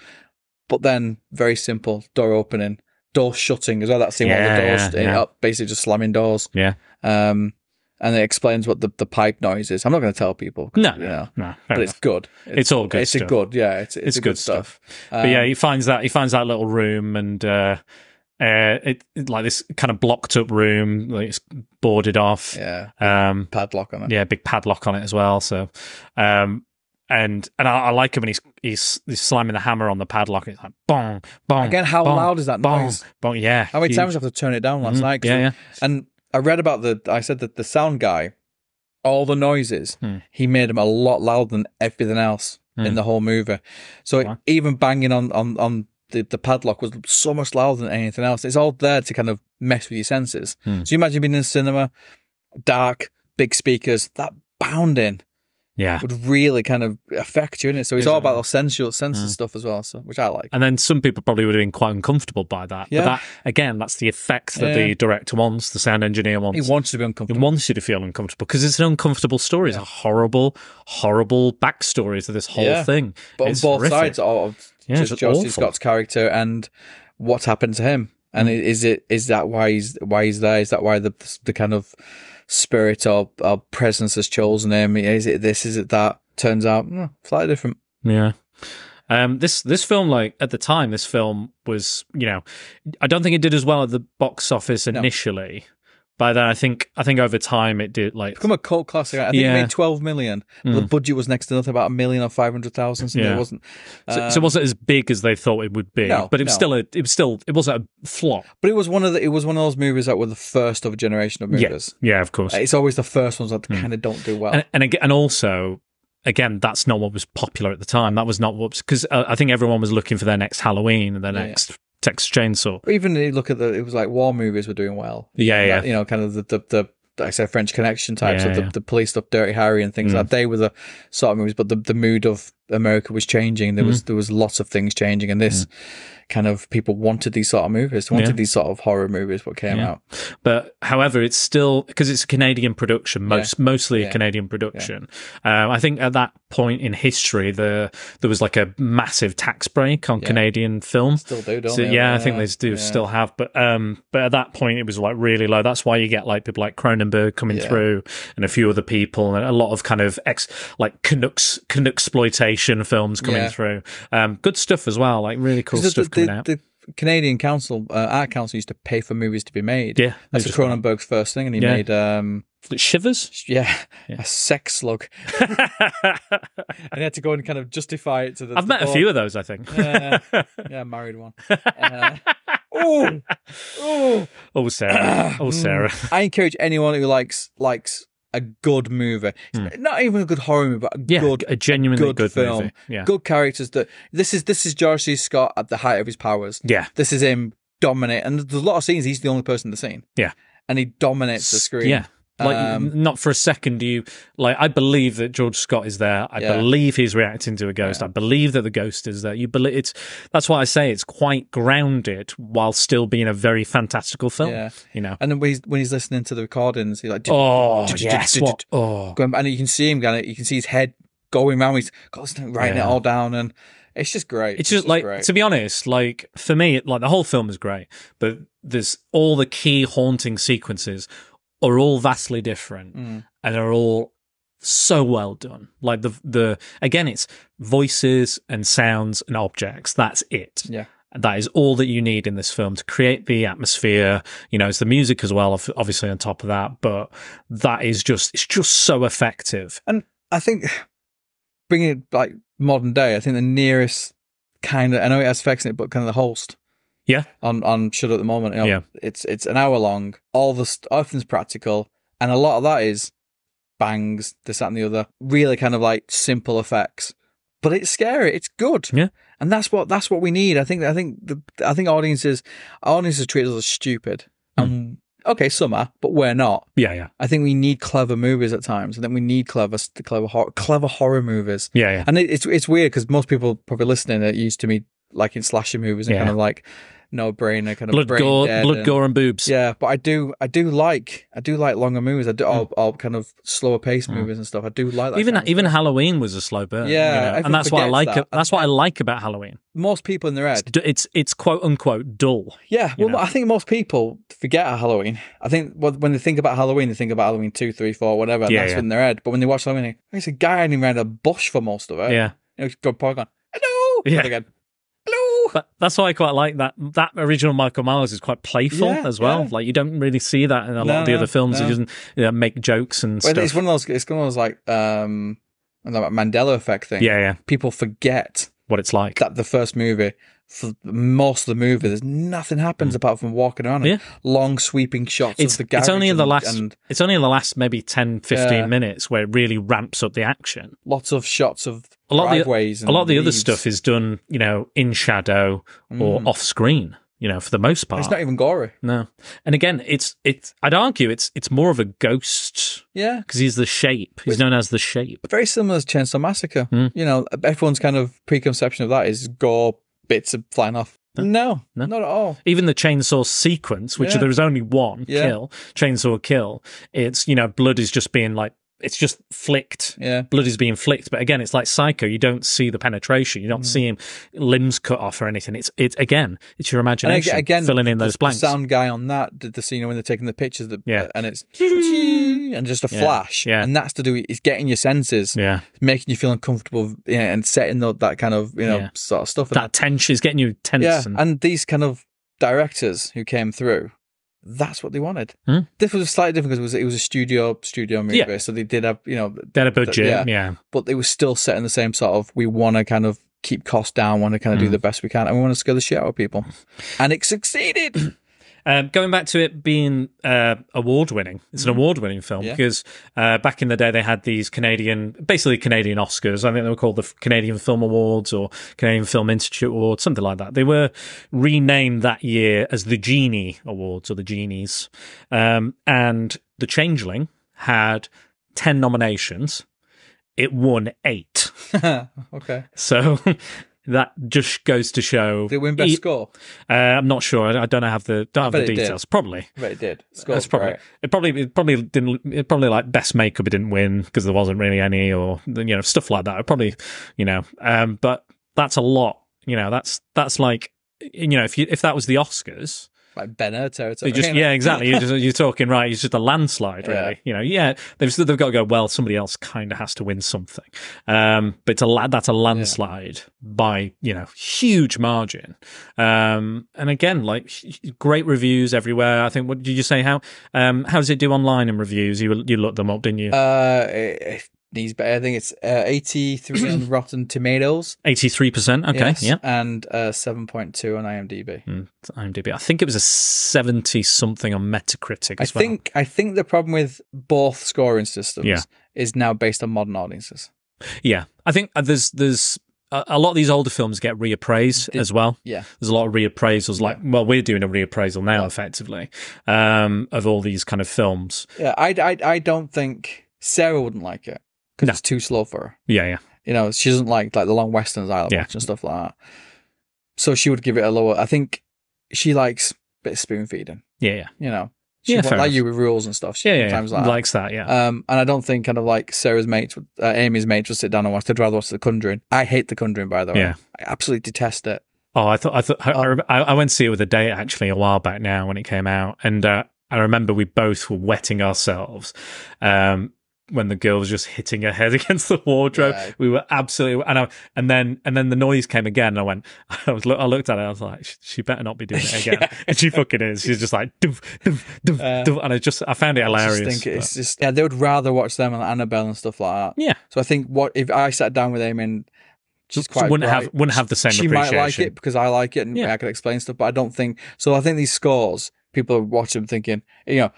D: but then very simple door opening, door shutting as well. That scene where the
C: Yeah,
D: doors
C: yeah,
D: you know,
C: yeah.
D: basically just slamming doors,
C: Yeah.
D: um, and it explains what the, the pipe noise is. I'm not going to tell people, 'cause,
C: No,
D: you know,
C: no, Hmm. fair
D: but
C: enough.
D: it's good. It's,
C: all good
D: It's a
C: stuff.
D: good, yeah. It's it's,
C: It's
D: a good,
C: good
D: stuff. Um,
C: But yeah, he finds that he finds that little room and uh, uh, it, it- like this kind of blocked up room, like it's boarded off.
D: yeah,
C: Um,
D: padlock on it.
C: yeah, big padlock on it as well. So, um, and and I, I like him when he's, he's he's slamming the hammer on the padlock. It's like bong bong.
D: Again, how
C: bong,
D: loud is that
C: bong,
D: noise?
C: Bong, yeah.
D: How many
C: huge.
D: times did I have to turn it down last
C: Mhm.
D: night? 'Cause
C: Yeah,
D: the-
C: yeah.
D: And I read about the. I said that the sound guy, all the noises,
C: Hmm.
D: he made them a lot louder than everything else in
C: Hmm.
D: the whole movie. So it-
C: Wow.
D: even banging on on on the, the padlock was so much louder than anything else. It's all there to kind of mess with your senses.
C: Hmm.
D: So you imagine being in a cinema, dark, big speakers, that bounding
C: Yeah.
D: would really kind of affect you in it. So it's all about
C: Exactly.
D: the sensual
C: Hmm.
D: senses stuff as well. So which I like.
C: And then some people probably would have been quite uncomfortable by that.
D: Yeah.
C: But that again, that's the effect that
D: Yeah.
C: the director wants, the sound engineer
D: He
C: wants.
D: wants you to be
C: It
D: uncomfortable.
C: wants you to feel uncomfortable because it's an uncomfortable story. It's a horrible, horrible backstory to this whole
D: Yeah.
C: thing.
D: but on
C: It's
D: both
C: horrific.
D: sides of
C: Yeah,
D: just
C: it's
D: Joseph
C: awful.
D: Scott's character and what's happened to him. And i
C: Mm.
D: is it is that why he's why he's there? Is that why the the kind of spirit or, or presence has chosen him? Is it this? Is it that? Turns out mm, slightly different.
C: Yeah. Um, this this film, like at the time, this film was, you know, I don't think it did as well at the box office initially. By then, I think I think over time it did like
D: Become a cult classic. I think
C: Yeah. Mm.
D: it made twelve million. but The budget was next to nothing, about a million or five hundred thousand. So
C: Yeah.
D: it wasn't. uh,
C: so, so it wasn't as big as they thought it would be,
D: um, No,
C: but it was
D: no.
C: still a it was still it wasn't a flop.
D: But it was one of the, it was one of those movies that were the first of a generation of movies.
C: Yeah, yeah, of course.
D: It's always the first ones that kind of don't do well.
C: and and aga- and also again that's not what was popular at the time that was not what because uh, i think everyone was looking for their next halloween and their
D: Yeah.
C: next texas chainsaw
D: Or even if you look at the, it was like war movies were doing well.
C: yeah yeah
D: that, you know, kind of the the, the like I said, French Connection types
C: Yeah,
D: of the,
C: yeah. Mm.
D: the police stuff, Dirty Harry and things like that. They were the
C: Mm.
D: sort of movies, but the, the mood of America was changing. There was there was lots of things changing, and this kind of people wanted these sort of movies, wanted
C: Yeah.
D: these sort of horror movies. What came
C: Yeah.
D: out?
C: But however, it's still because it's a Canadian production, most mostly a
D: Yeah.
C: Canadian production. Um, I think at that point in history, the there was like a massive tax break on
D: Yeah.
C: Canadian film.
D: Still do, don't
C: So,
D: they?
C: yeah, I think they do
D: yeah.
C: still have, but um, but at that point it was like really low. That's why you get like people like Cronenberg coming
D: Yeah.
C: through, and a few other people, and a lot of kind of ex like Canucks Canuck exploitation films coming
D: Yeah.
C: through. Um, good stuff as well, like really cool
D: 'Cause
C: stuff
D: the,
C: coming
D: the,
C: out.
D: the Canadian Council, uh, Art Council, used to pay for movies to be made.
C: yeah, they
D: That's
C: just-
D: Cronenberg's first thing, and he
C: Yeah.
D: made um,
C: shivers.
D: yeah,
C: Yeah.
D: a sex slug, and he had to go and kind of justify it to the.
C: I've
D: the
C: met a
D: board.
C: few of those, I think.
D: Yeah, yeah, married one. Uh, oh, oh.
C: oh, Sarah. Oh,
D: Mm.
C: Sarah.
D: I encourage anyone who likes likes a good movie,
C: Mm.
D: not even a good horror movie, but a
C: Yeah,
D: good,
C: a genuinely good,
D: good film.
C: movie. Yeah.
D: good characters. That this is this is George C. Scott at the height of his powers.
C: Yeah.
D: This is him dominate, and there's a lot of scenes he's the only person in the scene.
C: Yeah.
D: and he dominates the screen.
C: Yeah. Like
D: Um,
C: n- not for a second do you like I believe that George Scott is there. I
D: Yeah.
C: believe he's reacting to a ghost. I believe that the ghost is there. You believe it's that's why I say it's quite grounded while still being a very fantastical film.
D: Yeah. Uh,
C: You know.
D: and then when he's, when he's listening to the recordings, he's like,
C: Oh
D: did- did-
C: yes.
D: did-
C: What?
D: did-
C: Oh
D: going, and you can see him kind of, you can see his head going round. He's constantly writing
C: Yeah.
D: it all down, and it's just great.
C: It's just like
D: great.
C: to be honest, like for me, like the whole film is great, but there's all the key haunting sequences are all vastly different
D: Mm.
C: and are all so well done. Like the the again, it's voices and sounds and objects. That's it.
D: Yeah.
C: And That is all that you need in this film to create the atmosphere. You know, it's the music as well, of- obviously on top of that. But that is just it's just so effective.
D: I think bringing it like modern day, I think the nearest kind of I know it has effects in it, but kind of the host.
C: Yeah.
D: On on Shut Up at the moment. You know,
C: Yeah.
D: It's it's an hour long. All the st- everything's practical, and a lot of that is bangs, this that and the other. Really kind of like simple effects, but it's scary. It's good.
C: Yeah.
D: And that's what that's what we need. I think I think the I think audiences audiences treat us as stupid.
C: Hmm.
D: And okay, some are, but we're not.
C: Yeah, yeah,
D: I think we need clever movies at times, and then we need clever, clever, hor- clever horror movies.
C: yeah, yeah.
D: And it, it's it's weird because most people probably listening are used to me like in slasher movies and
C: Yeah.
D: kind of like no brainer, kind of
C: Blood
D: brain
C: gore,
D: dead
C: blood
D: and-
C: gore, and boobs.
D: Yeah, but I do, I do like, I do like longer movies. I do, or, or kind of slower paced movies and stuff. I do like that.
C: Hmm. even
D: kind of
C: even
D: stuff.
C: Halloween was a slow burn.
D: Yeah,
C: you know,
D: everyone
C: and that's what I
D: forgets
C: like.
D: that.
C: That's what I like about Halloween.
D: most people in their head.
C: D- It's it's quote unquote dull.
D: Yeah,
C: you
D: well,
C: know.
D: I think most people forget Halloween. I think wh- when they think about Halloween, they think about Halloween two, three, four, whatever. And
C: Yeah,
D: that's
C: yeah.
D: in their head. But when they watch Halloween, they- it's a guy hiding around a bush for most of it.
C: Yeah,
D: You know, go park on. Hello.
C: Yeah.
D: And Again. Hello.
C: but that's why I quite like that. That original Michael Myers is quite playful
D: Yeah,
C: as well.
D: yeah.
C: Like you don't really see that in a lot
D: No,
C: of the
D: no,
C: other films. He
D: no.
C: doesn't you know, make jokes and
D: Well,
C: stuff.
D: it's one of those. It's one of those like um, I don't know, Mandela effect thing.
C: yeah, yeah,
D: People forget
C: what it's like.
D: that the first movie, for most of the movie, there's nothing happens apart from walking around. and
C: Hmm. Yeah.
D: Long sweeping shots.
C: it's
D: of the
C: it's only in
D: in
C: the last
D: and
C: it's only in the last maybe 10, 15
D: Yeah.
C: minutes where it really ramps up the action.
D: lots of shots of
C: A lot of the-
D: driveways.
C: A lot of the other
D: leaves.
C: stuff is done, you know, in shadow or off screen. You know, for the most part,
D: Mm. It's not even gory.
C: No, and again, it's it's. I'd argue it's it's more of a ghost
D: Yeah.
C: because he's the shape. He's known as the shape.
D: very similar to Chainsaw Massacre.
C: Hmm.
D: You know, everyone's kind of preconception of that is gore, bits of flying off. No,
C: No.
D: not at all.
C: Even the chainsaw sequence, which
D: Yeah.
C: there is only one
D: Yeah.
C: kill, chainsaw kill. It's you know blood is just being like it's just flicked.
D: Yeah.
C: Blood is being flicked, but again, it's like Psycho. You don't see the penetration. You don't
D: Mm.
C: see him limbs cut off or anything. It's it's again, it's your
D: And ag-
C: imagination filling in
D: the-
C: those
D: the
C: blanks.
D: sound guy on that did the scene when they're taking the pictures, the,
C: Yeah.
D: and it's and just a flash,
C: Yeah.
D: and that's to do is getting your senses,
C: yeah,
D: making you feel uncomfortable, yeah, and setting up that kind of you know
C: Yeah.
D: sort of stuff. And
C: that tension is getting you tense.
D: yeah,
C: and,
D: and these kind of directors who came through, that's what they wanted.
C: Hmm.
D: This was slightly different because it was it was a studio studio movie,
C: Yeah.
D: so they did have you know
C: that a budget.
D: yeah.
C: yeah.
D: but it was still setting the same sort of we want to kind of keep costs down, want to kind of
C: Hmm.
D: do the best we can, and we want to scare the shit out of people. And it succeeded.
C: Um, going back to it being uh, award winning, it's an award winning film
D: Mm-hmm. Yeah.
C: because uh, back in the day they had these Canadian, basically Canadian Oscars. I think they were called the F- Canadian Film Awards or Canadian Film Institute Awards, something like that. They were renamed that year as the Genie Awards or the Genies. Um, and The Changeling had 10 nominations, it won eight.
D: okay.
C: So That just goes to show.
D: Did it win best
C: E-
D: score?
C: uh, I'm not sure. I I don't have the don't have
D: bet
C: the
D: it did.
C: details. Probably.
D: But it did. Score.
C: That's probably
D: right.
C: it. Probably it probably didn't. It probably like best makeup. It didn't win because there wasn't really any, or you know stuff like that. It probably, you know, um, but that's a lot. You know, that's that's like you know if you if that was the Oscars,
D: like Ben Hur territory.
C: they just yeah exactly. You're, just, you're talking right. It's just a landslide, really.
D: Yeah.
C: You know, yeah. They've they've got to go. Well, somebody else kind of has to win something. Um, but it's a la- that's a landslide by you know huge margin. Um, and again, like h- h- great reviews everywhere. I think. What did you say? How um, how does it do online in reviews? You you looked them up, didn't you?
D: Uh, it, it needs better. I think it's uh, 83 on Rotten Tomatoes.
C: Eighty three percent. Okay,
D: yes,
C: yeah.
D: And uh, 7.2 on IMDb.
C: Mm, IMDb. I think it was a seventy something on Metacritic.
D: I
C: As well.
D: think I think the problem with both scoring systems
C: Yeah.
D: is now based on modern audiences.
C: Yeah, I think uh, there's there's a, a lot of these older films get reappraised
D: Did-
C: as well.
D: Yeah.
C: There's a lot of reappraisals, like well, we're doing a reappraisal now,
D: Yeah.
C: effectively, um, of all these kind of films.
D: Yeah, I, I, I don't think Sarah wouldn't like it because
C: No.
D: it's too slow for her.
C: Yeah, yeah,
D: You know, she doesn't like like the long westerns I like
C: Yeah.
D: watching and stuff like that. So she would give it a lower. I think she likes a bit of spoon feeding.
C: yeah, yeah,
D: You know, she
C: Yeah,
D: won't
C: fair
D: like
C: enough.
D: you with rules and stuff. She
C: yeah, yeah. yeah.
D: sometimes like, that.
C: Likes that, yeah.
D: Um, and I don't think kind of like Sarah's mates, would, uh, Amy's mates would sit down and watch. They'd rather watch The Conjuring. I hate The Conjuring, by the way.
C: Yeah.
D: I absolutely detest it.
C: Oh, I thought I thought I, I
D: Uh,
C: rem- I, I went to see it with a date actually a while back now when it came out, and uh, I remember we both were wetting ourselves um, when the girl was just hitting her head against the wardrobe.
D: Yeah.
C: We were absolutely and I, and then and then the noise came again, and I went. I was look, I looked at it, I was like, she, she better not be doing it again,
D: Yeah.
C: and she fucking is. She's just like, doof, doof, doof,
D: Uh,
C: doof, and I just I found it hilarious.
D: I just think it's
C: but-
D: just yeah, they would rather watch them and Annabelle and stuff like that.
C: Yeah.
D: So I think what if I sat down with Amy and she's
C: so
D: quite
C: wouldn't
D: bright,
C: have wouldn't have the same
D: she might
C: appreciation.
D: like it because I like it and
C: Yeah.
D: I can explain stuff, but I don't think so. I think these scores people watch them thinking, you know,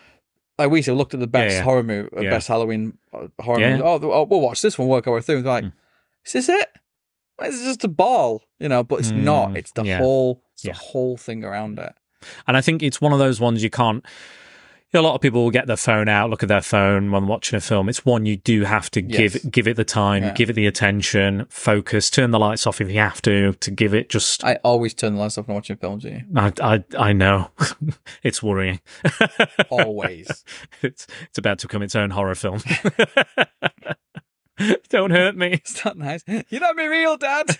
D: like we said, looked at the best
C: yeah.
D: horror movie, uh
C: Yeah.
D: best Halloween uh, horror
C: Yeah. Hmm.
D: movie. Oh, th- oh, we'll watch this one, work our way through. And they're like, is this it? Well, It's just a ball, you know, but it's
C: Mm,
D: not. It's the
C: yeah.
D: whole, it's
C: Yeah.
D: the whole thing around it.
C: And I think it's one of those ones you can't. you know, a lot of people will get their phone out, look at their phone when watching a film. It's one you do have to
D: Yes.
C: give give it the time,
D: Yeah.
C: give it the attention, focus, turn the lights off if you have to to give it just. I
D: I always turn the lights off when I'm watching films. You
C: I, I, know it's worrying.
D: always.
C: it's it's about to become its own horror film. Don't hurt me.
D: Is that nice? You're not my real dad.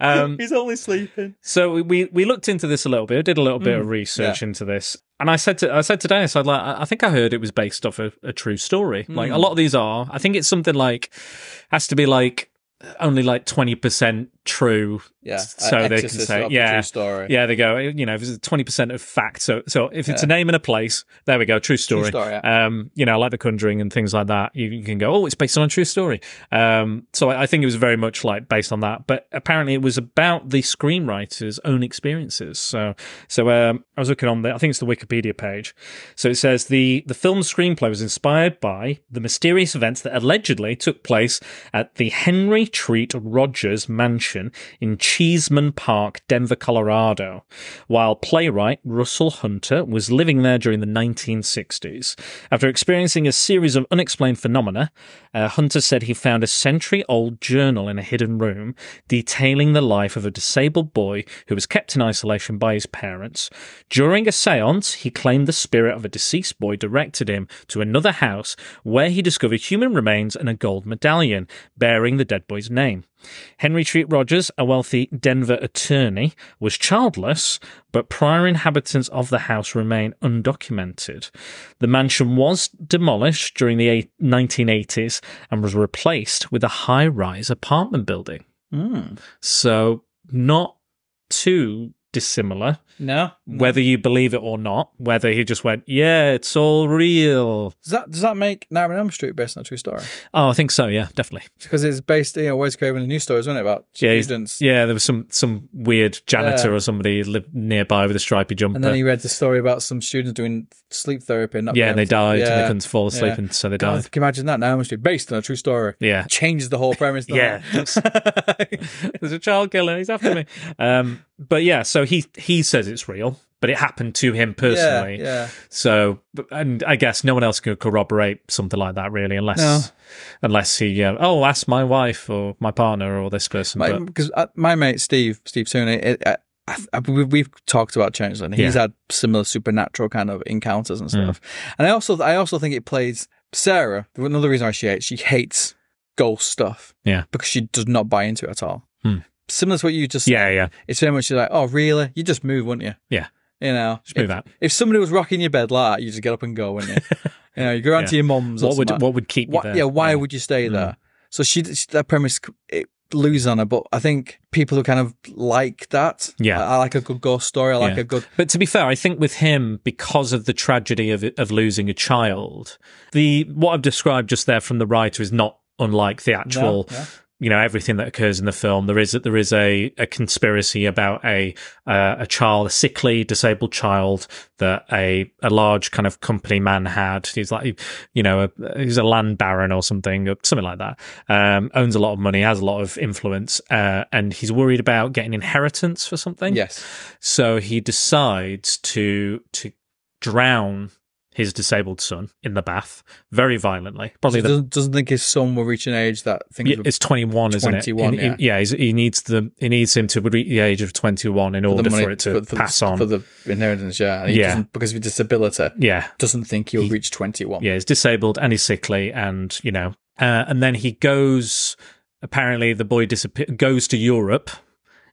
C: um,
D: He's only sleeping.
C: So we- we we looked into this a little bit, did a little bit of research into this, and I said to I said today, I said like I I think I heard it was based off a, a true story. Like a lot of these are, I think it's something like has to be like only like twenty percent true.
D: Yeah.
C: So
D: uh,
C: they can
D: Exorcist
C: say-
D: of the
C: yeah,
D: True story.
C: Yeah, they go. You know, if it's twenty percent of fact. So so if it's a name and a place, there we go, true story.
D: True story. yeah.
C: Um, you know, like The Conjuring and things like that, you, you can go, oh, it's based on a true story. Um, so I, I think it was very much like based on that, but apparently it was about the screenwriter's own experiences. So, so um, I was looking on the, I think it's the Wikipedia page. So it says the the film's screenplay was inspired by the mysterious events that allegedly took place at the Henry Treat Rogers Mansion in Cheeseman Park, Denver, Colorado, while playwright Russell Hunter was living there during the 1960s. After experiencing a series of unexplained phenomena, uh, Hunter said he found a century old journal in a hidden room detailing the life of a disabled boy who was kept in isolation by his parents. During a seance, he claimed the spirit of a deceased boy directed him to another house where he discovered human remains and a gold medallion bearing the dead boy's name. Henry Treat Rogers, a wealthy Denver attorney, was childless, but prior inhabitants of the house remain undocumented. The mansion was demolished during the eight- 1980s and was replaced with a high rise apartment building.
D: Mm.
C: So, not too dissimilar,
D: No.
C: whether you believe it or not, whether he just went, Yeah, it's all real.
D: Does that does that make Nightmare on Elm Street based on a true story?
C: Oh, I think so, yeah, definitely.
D: Because it's based, you know, Wes Craven and New Stories, wasn't it? About
C: Yeah, he's-
D: students.
C: Yeah, there was some, some weird janitor
D: Yeah.
C: or somebody who lived nearby with a stripy jumper.
D: And then he read the story about some students doing sleep therapy. And not
C: Yeah, and they
D: being able
C: died
D: to-
C: and they
D: Yeah.
C: couldn't fall asleep,
D: yeah.
C: and so they
D: God,
C: died.
D: can you imagine that? Nightmare on Elm Street based on a true story.
C: Yeah.
D: Changes the whole premise. doesn't
C: Yeah.
D: it?
C: There's a child killer. He's after me. Um, but yeah, so he he says it's real, but it happened to him personally.
D: Yeah,
C: So, and I guess no one else could corroborate something like that, really, unless
D: No.
C: unless he, uh, oh, ask my wife or my partner or this person.
D: yeah.
C: but
D: Because uh, my mate Steve, Steve Tooney, it, I, I, I- we- we've talked about Changeling. He's
C: Yeah. Hmm.
D: had similar supernatural kind of encounters and stuff. And I also, I also think it plays Sarah. Another reason why she hates, she hates ghost stuff.
C: Yeah.
D: because she does not buy into it at all.
C: Hmm.
D: Similar to what you just.
C: yeah, yeah,
D: it's very much like, oh really? You just move, wouldn't you?
C: Yeah.
D: You know,
C: just move
D: if,
C: out.
D: if somebody was rocking your bed like that, you just get up and go, wouldn't you? you know, you go around
C: Yeah.
D: to your mum's. or
C: What would
D: something.
C: what would keep you
D: Why-
C: there?
D: yeah, why would you stay
C: Mm.
D: there? So she, she that premise it loses on her, but I think people who kind of like that,
C: Yeah.
D: I, I like a good ghost story. I like
C: Yeah.
D: a good
C: But to be fair, I think with him, because of the tragedy of of losing a child, the what I've described just there from the writer is not unlike the actual.
D: No, yeah.
C: You know everything that occurs in the film. There is there is a, a conspiracy about a uh, a child, a sickly, disabled child that a a large kind of company man had. He's like, you know, a, he's a land baron or something, or something like that. Um, owns a lot of money, has a lot of influence, uh, and he's worried about getting inheritance for something.
D: yes,
C: So he decides to to drown his disabled son in the bath very violently. Probably the,
D: doesn't, doesn't think his son will reach an age that things.
C: yeah,
D: would-
C: it's twenty one, isn't it?
D: 21,
C: He- he-
D: yeah.
C: he's, he needs the he needs him to reach the age of twenty one in
D: for
C: order for it to
D: for the-
C: pass on.
D: for the inheritance, yeah, and he
C: Yeah.
D: doesn't- because of his disability,
C: yeah,
D: doesn't think he'll
C: He-
D: reach twenty one.
C: yeah, he's disabled and he's sickly, and you know, uh, and then he goes. Apparently, the boy disappears, goes to Europe.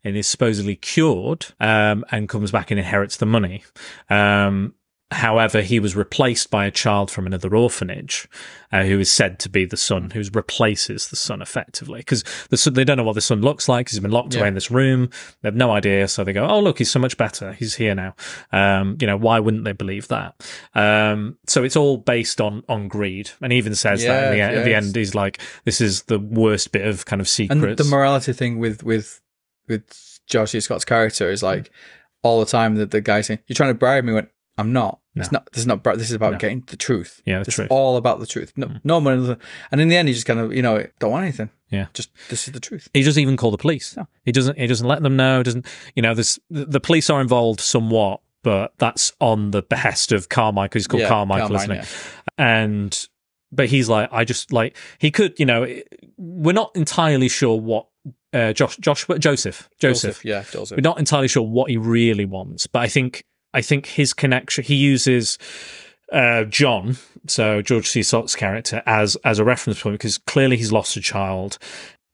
C: And is supposedly cured, um, and comes back and inherits the money. Um, however, he was replaced by a child from another orphanage, uh, who is said to be the son, who replaces the son effectively because the son, they don't know what the son looks like. He's been locked
D: Yeah.
C: away in this room. They have no idea, so they go, "Oh, look, he's so much better. He's here now." Um, you know, why wouldn't they believe that? Um, so it's all based on on greed, and he even says that in the,
D: Yes,
C: at the
D: yes.
C: end, he's like, "This is the worst bit of kind of secrets."
D: and the morality thing with with with Josh E. Scott's character is like all the time that the guy saying you're trying to bribe me. Went, I'm not. It's
C: No.
D: not. This is not. bri- This is about
C: No.
D: getting the truth.
C: yeah, the
D: It's
C: truth.
D: all about the truth.
C: Hmm.
D: No, no money. And in the end, he just kind of, you know, don't want anything.
C: Yeah.
D: Just this is the truth.
C: He doesn't even call the police.
D: No.
C: He doesn't. He doesn't let them know. Doesn't you know? This the the police are involved somewhat, but that's on the behest of Carmichael. He's called
D: Yeah,
C: Carmichael,
D: Carmine,
C: isn't he? And but he's like, I just like he could. You know, we're not entirely sure what uh, Josh, Joshua, Joseph, Joseph,
D: Joseph. Yeah, Joseph.
C: we're not entirely sure what he really wants, but I think I think his connection he uses uh, John, so George C. Scott's character as as a reference point because clearly he's lost a child.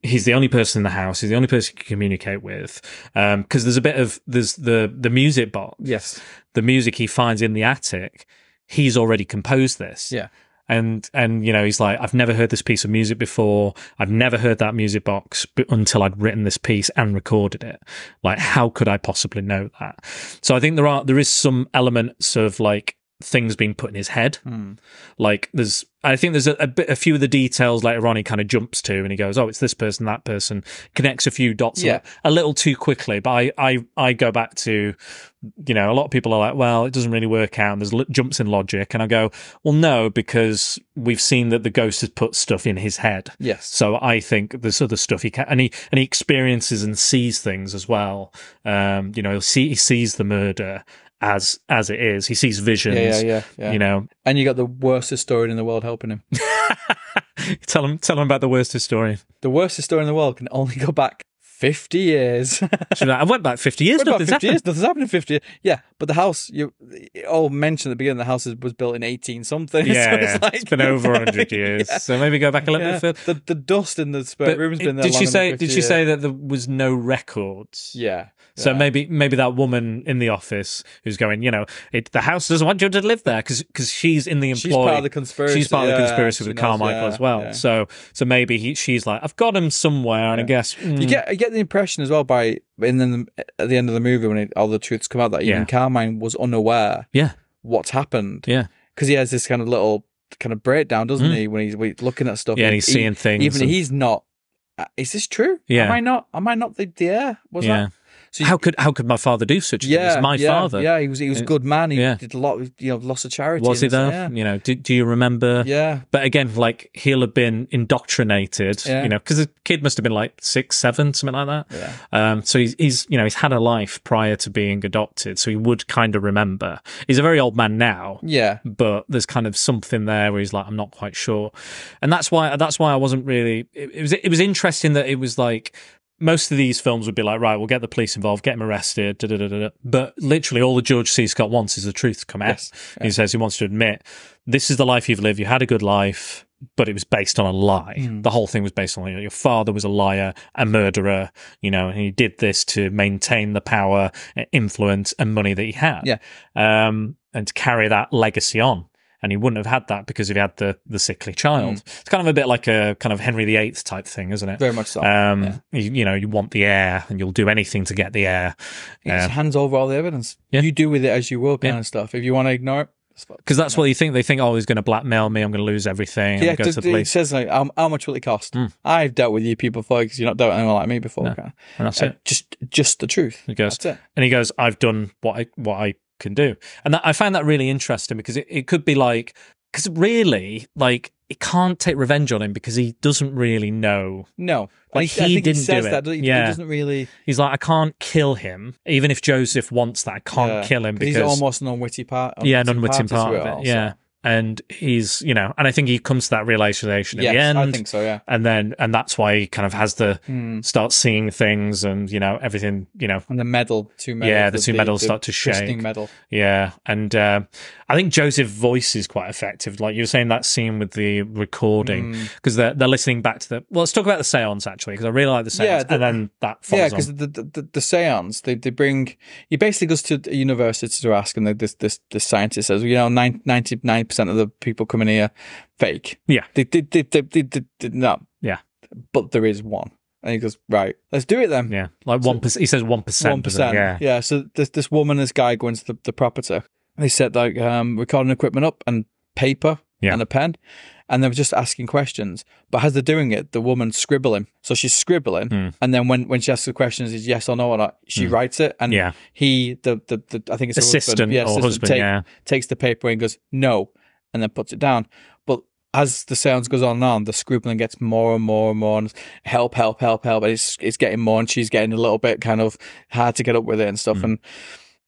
C: He's the only person in the house. He's the only person he can communicate with. Because there's a bit of there's the the music box,
D: Yes.
C: the music he finds in the attic. He's already composed this
D: Yeah.
C: and and you know he's like i've never heard this piece of music before i've never heard that music box b- until i'd written this piece and recorded it like how could i possibly know that so i think there are there is some elements of like things being put in his head
D: Hmm.
C: like there's i think there's a, a bit a few of the details later on he kind of jumps to and he goes oh it's this person that person connects a few dots a
D: Yeah.
C: li- a, little too quickly but I, I i go back to you know a lot of people are like well it doesn't really work out and there's l- jumps in logic and i go well no because we've seen that the ghost has put stuff in his head
D: Yes.
C: so I think there's other stuff he can, and he and he experiences and sees things as well. Um, you know, he'll see, he sees the murder as as it is. He sees visions.
D: Yeah, yeah, yeah, yeah.
C: You know,
D: And you got the worst historian in the world helping him.
C: tell him tell him about the worst historian.
D: the worst historian in the world can only go back 50 years.
C: Should I I went back fifty years.
D: What about
C: nothing's
D: 50
C: happened.
D: years? Nothing's happened in 50 years. Yeah, but the house, you it all mentioned at the beginning, the house is- was built in 18 something.
C: Yeah,
D: so it's,
C: yeah.
D: like,
C: it's been over hundred years. So maybe go back a little
D: Yeah.
C: bit further.
D: The, the dust in the spare
C: But
D: room's been there.
C: did she
D: longer than
C: say?
D: 50
C: Did she
D: years.
C: say that there was no records?
D: Yeah.
C: So
D: yeah.
C: maybe maybe that woman in the office who's going, you know, it, the house doesn't want you to live there because she's in the employ.
D: she's part of the conspiracy.
C: She's part of the
D: yeah,
C: conspiracy
D: she
C: with
D: knows,
C: Carmichael
D: yeah,
C: as well.
D: yeah.
C: So so maybe he, she's like, I've got him somewhere, and I
D: Yeah.
C: guess mm,
D: You get I get the impression as well by and then at the end of the movie when it, all the truths come out that even
C: Yeah.
D: Carmine was unaware
C: yeah,
D: what's happened.
C: Yeah.
D: because he has this kind of little kind of breakdown, doesn't
C: Mm.
D: he? When he's, when he's looking at stuff,
C: yeah, and
D: he-
C: he's
D: he-
C: seeing things.
D: Even
C: and-
D: he's not. uh, Is this true?
C: Yeah.
D: Am I not? Am I not the, the heir? Was
C: yeah,
D: that? So you-
C: How could how could my father do such a thing? It's my
D: yeah,
C: father.
D: Yeah, he was he was a good man. He
C: Yeah.
D: did a lot, of, you know, lots of charity.
C: Was he
D: and
C: though?
D: stuff, Yeah.
C: You know, do, do you remember?
D: yeah.
C: But again, like he'll have been indoctrinated,
D: Yeah.
C: you know, because the kid must have been like six, seven, something like that.
D: Yeah.
C: Um, so he's, he's, you know, he's had a life prior to being adopted, so he would kind of remember. He's a very old man now,
D: Yeah.
C: but there's kind of something there where he's like, I'm not quite sure, and that's why that's why I wasn't really. It, it was it was interesting that it was like most of these films would be like, right, we'll get the police involved, get him arrested, da da da da. da. But literally, all the George C. Scott wants is the truth to come out.
D: Yes.
C: He says he wants to admit this is the life you've lived. You had a good life. But it was based on a lie.
D: Mm.
C: The whole thing was based on a lie. your father was a liar, a murderer, you know, and he did this to maintain the power, uh, influence, and money that he had
D: Yeah.
C: um, and to carry that legacy on. And he wouldn't have had that because if he had the, the sickly child. It's kind of a bit like a kind of Henry VIII type thing, isn't it?
D: Mm. Very much so.
C: Um,
D: yeah.
C: you, you know, you want the heir and you'll do anything to get the heir.
D: He just hands over all the evidence.
C: Yeah.
D: You do with it as you will, kind
C: Yeah.
D: of stuff. If you want to ignore it, that's fine.
C: Because that's what you think. They think, oh, he's going to blackmail me. I'm going to lose everything.
D: yeah,
C: I'm going to go to the
D: it
C: police. Hmm.
D: says like, how, how much will it cost? I've dealt with you people before because you're not dealt with anyone like me before. kinda.
C: And that's
D: Uh,
C: it.
D: Just, just the truth.
C: He goes,
D: That's it.
C: and he goes, "I've done what I what I can do," and that, I found that really interesting because it, it could be like because really like it can't take revenge on him because he doesn't really know
D: No,
C: Like,
D: I
C: he
D: think
C: didn't
D: he says
C: do it.
D: that. doesn't He,
C: Yeah.
D: he doesn't really.
C: He's like, I can't kill him, even if Joseph wants that. I can't
D: yeah,
C: kill him because
D: uh, he's almost an unwitty part.
C: yeah, non witting
D: party to
C: part of it.
D: all, so-
C: yeah, and he's you know, and I think he comes to that realization at
D: Yes,
C: the end,
D: I think so. Yeah.
C: and then and that's why he kind of has the
D: Hmm.
C: starts seeing things and you know everything you know
D: And the medal, two medals.
C: Yeah, the two medals start to
D: christening
C: shake.
D: medal.
C: yeah and uh, I think Joseph's voice is quite effective. Like you were saying that scene with the recording
D: Hmm.
C: because they're they're listening back to the well. Let's talk about the seance actually because I really like the
D: Yeah,
C: seance
D: the-
C: and then that follows
D: Yeah,
C: on.
D: because the, the, the, the seance, they, they bring, he basically goes to a university to ask, and the, this, this, this scientist says, you know, nine- 99% of the people coming here fake.
C: Yeah.
D: They did, they, they, they, they, they, no.
C: Yeah.
D: But there is one. And he goes, right, let's do it then.
C: yeah, like one percent. He says one percent.
D: One percent.
C: Yeah,
D: Yeah. So this this woman, this guy go into the, the property. And They set like um, recording equipment up and paper
C: Yeah.
D: and a pen, and they were just asking questions. But as they're doing it, the woman's scribbling. So she's scribbling,
C: Hmm.
D: and then when, when she asks the questions, is yes or no or not, she writes it, and
C: Yeah.
D: he the, the, the I think it's her
C: Assistant
D: husband, yeah,
C: or husband,
D: take-
C: yeah.
D: takes the paper away and goes no, and then puts it down. But as the seance goes on and on, the scribbling gets more and more and more. And help, help, help, help. And it's it's getting more, and she's getting a little bit kind of hard to get up with it and stuff. And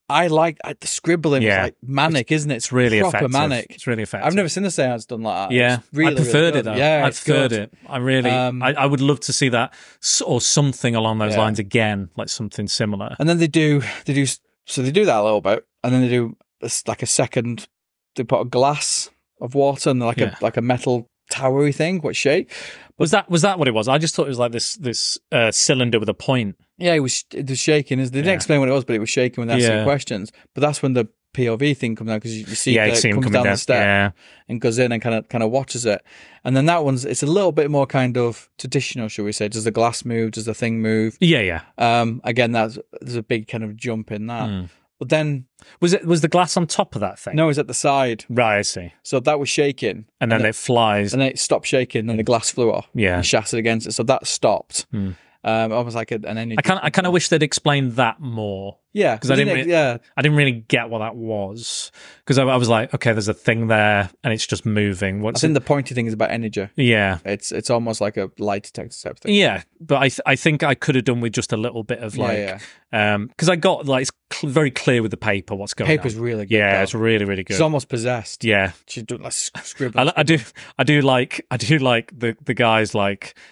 D: I like I, the scribbling
C: Hmm. Yeah.
D: is like manic, isn't it?
C: It's really
D: proper
C: effective.
D: manic.
C: It's really effective.
D: I've never seen a seance done like that.
C: Yeah,
D: It's really,
C: I preferred
D: really
C: it
D: good.
C: though.
D: Yeah,
C: I
D: it's
C: preferred
D: good.
C: it. I really,
D: Um,
C: I, I would love to see that s- or something along those
D: Yeah.
C: lines again, like something similar.
D: And then they do they do so they do that a little bit, and then they do this, like a second. They put a glass of water and like
C: Yeah.
D: a like a metal towery thing, what shape?
C: Was that was that what it was? I just thought it was like this this uh, cylinder with a point.
D: Yeah, it was it was shaking. They didn't
C: Yeah.
D: explain what it was, but it was shaking when they asked
C: Yeah.
D: the questions. But that's when the POV thing comes down because you, you see
C: yeah,
D: that
C: you see
D: it
C: him
D: comes
C: coming
D: down,
C: down.
D: the step
C: Yeah,
D: and goes in and kind of kind of watches it. And then that one's it's a little bit more kind of traditional, shall we say? Does the glass move? Does the thing move?
C: yeah, yeah.
D: Um, again, that's there's a big kind of jump in that.
C: Hmm.
D: But then
C: Was it was the glass on top of that thing?
D: no, it's at the side,
C: right. I see.
D: so that was shaking,
C: And then
D: And
C: it flies.
D: and then it stopped shaking, and the glass flew off,
C: Yeah.
D: and shattered against it. So that stopped.
C: Hmm.
D: Um, almost like a, an energy.
C: I kind I kind of wish they'd explained that more.
D: yeah,
C: 'cause I
D: didn't
C: didn't really-
D: it- yeah,
C: I didn't really get what that was because I, I was like, okay, there's a thing there and it's just moving.
D: I
C: What's
D: think
C: it?
D: the pointy thing is about energy.
C: yeah,
D: It's it's almost like a lie detector type thing.
C: Yeah, but I th- I think I could have done with just a little bit of
D: Yeah,
C: like,
D: yeah.
C: um, because I got like it's cl- very clear with the paper what's going
D: Paper's
C: on.
D: really good.
C: yeah,
D: though.
C: it's really really good.
D: She's almost possessed.
C: yeah,
D: She's doing like sc- scribbling.
C: I, li- I do I do like I do like the the guys like.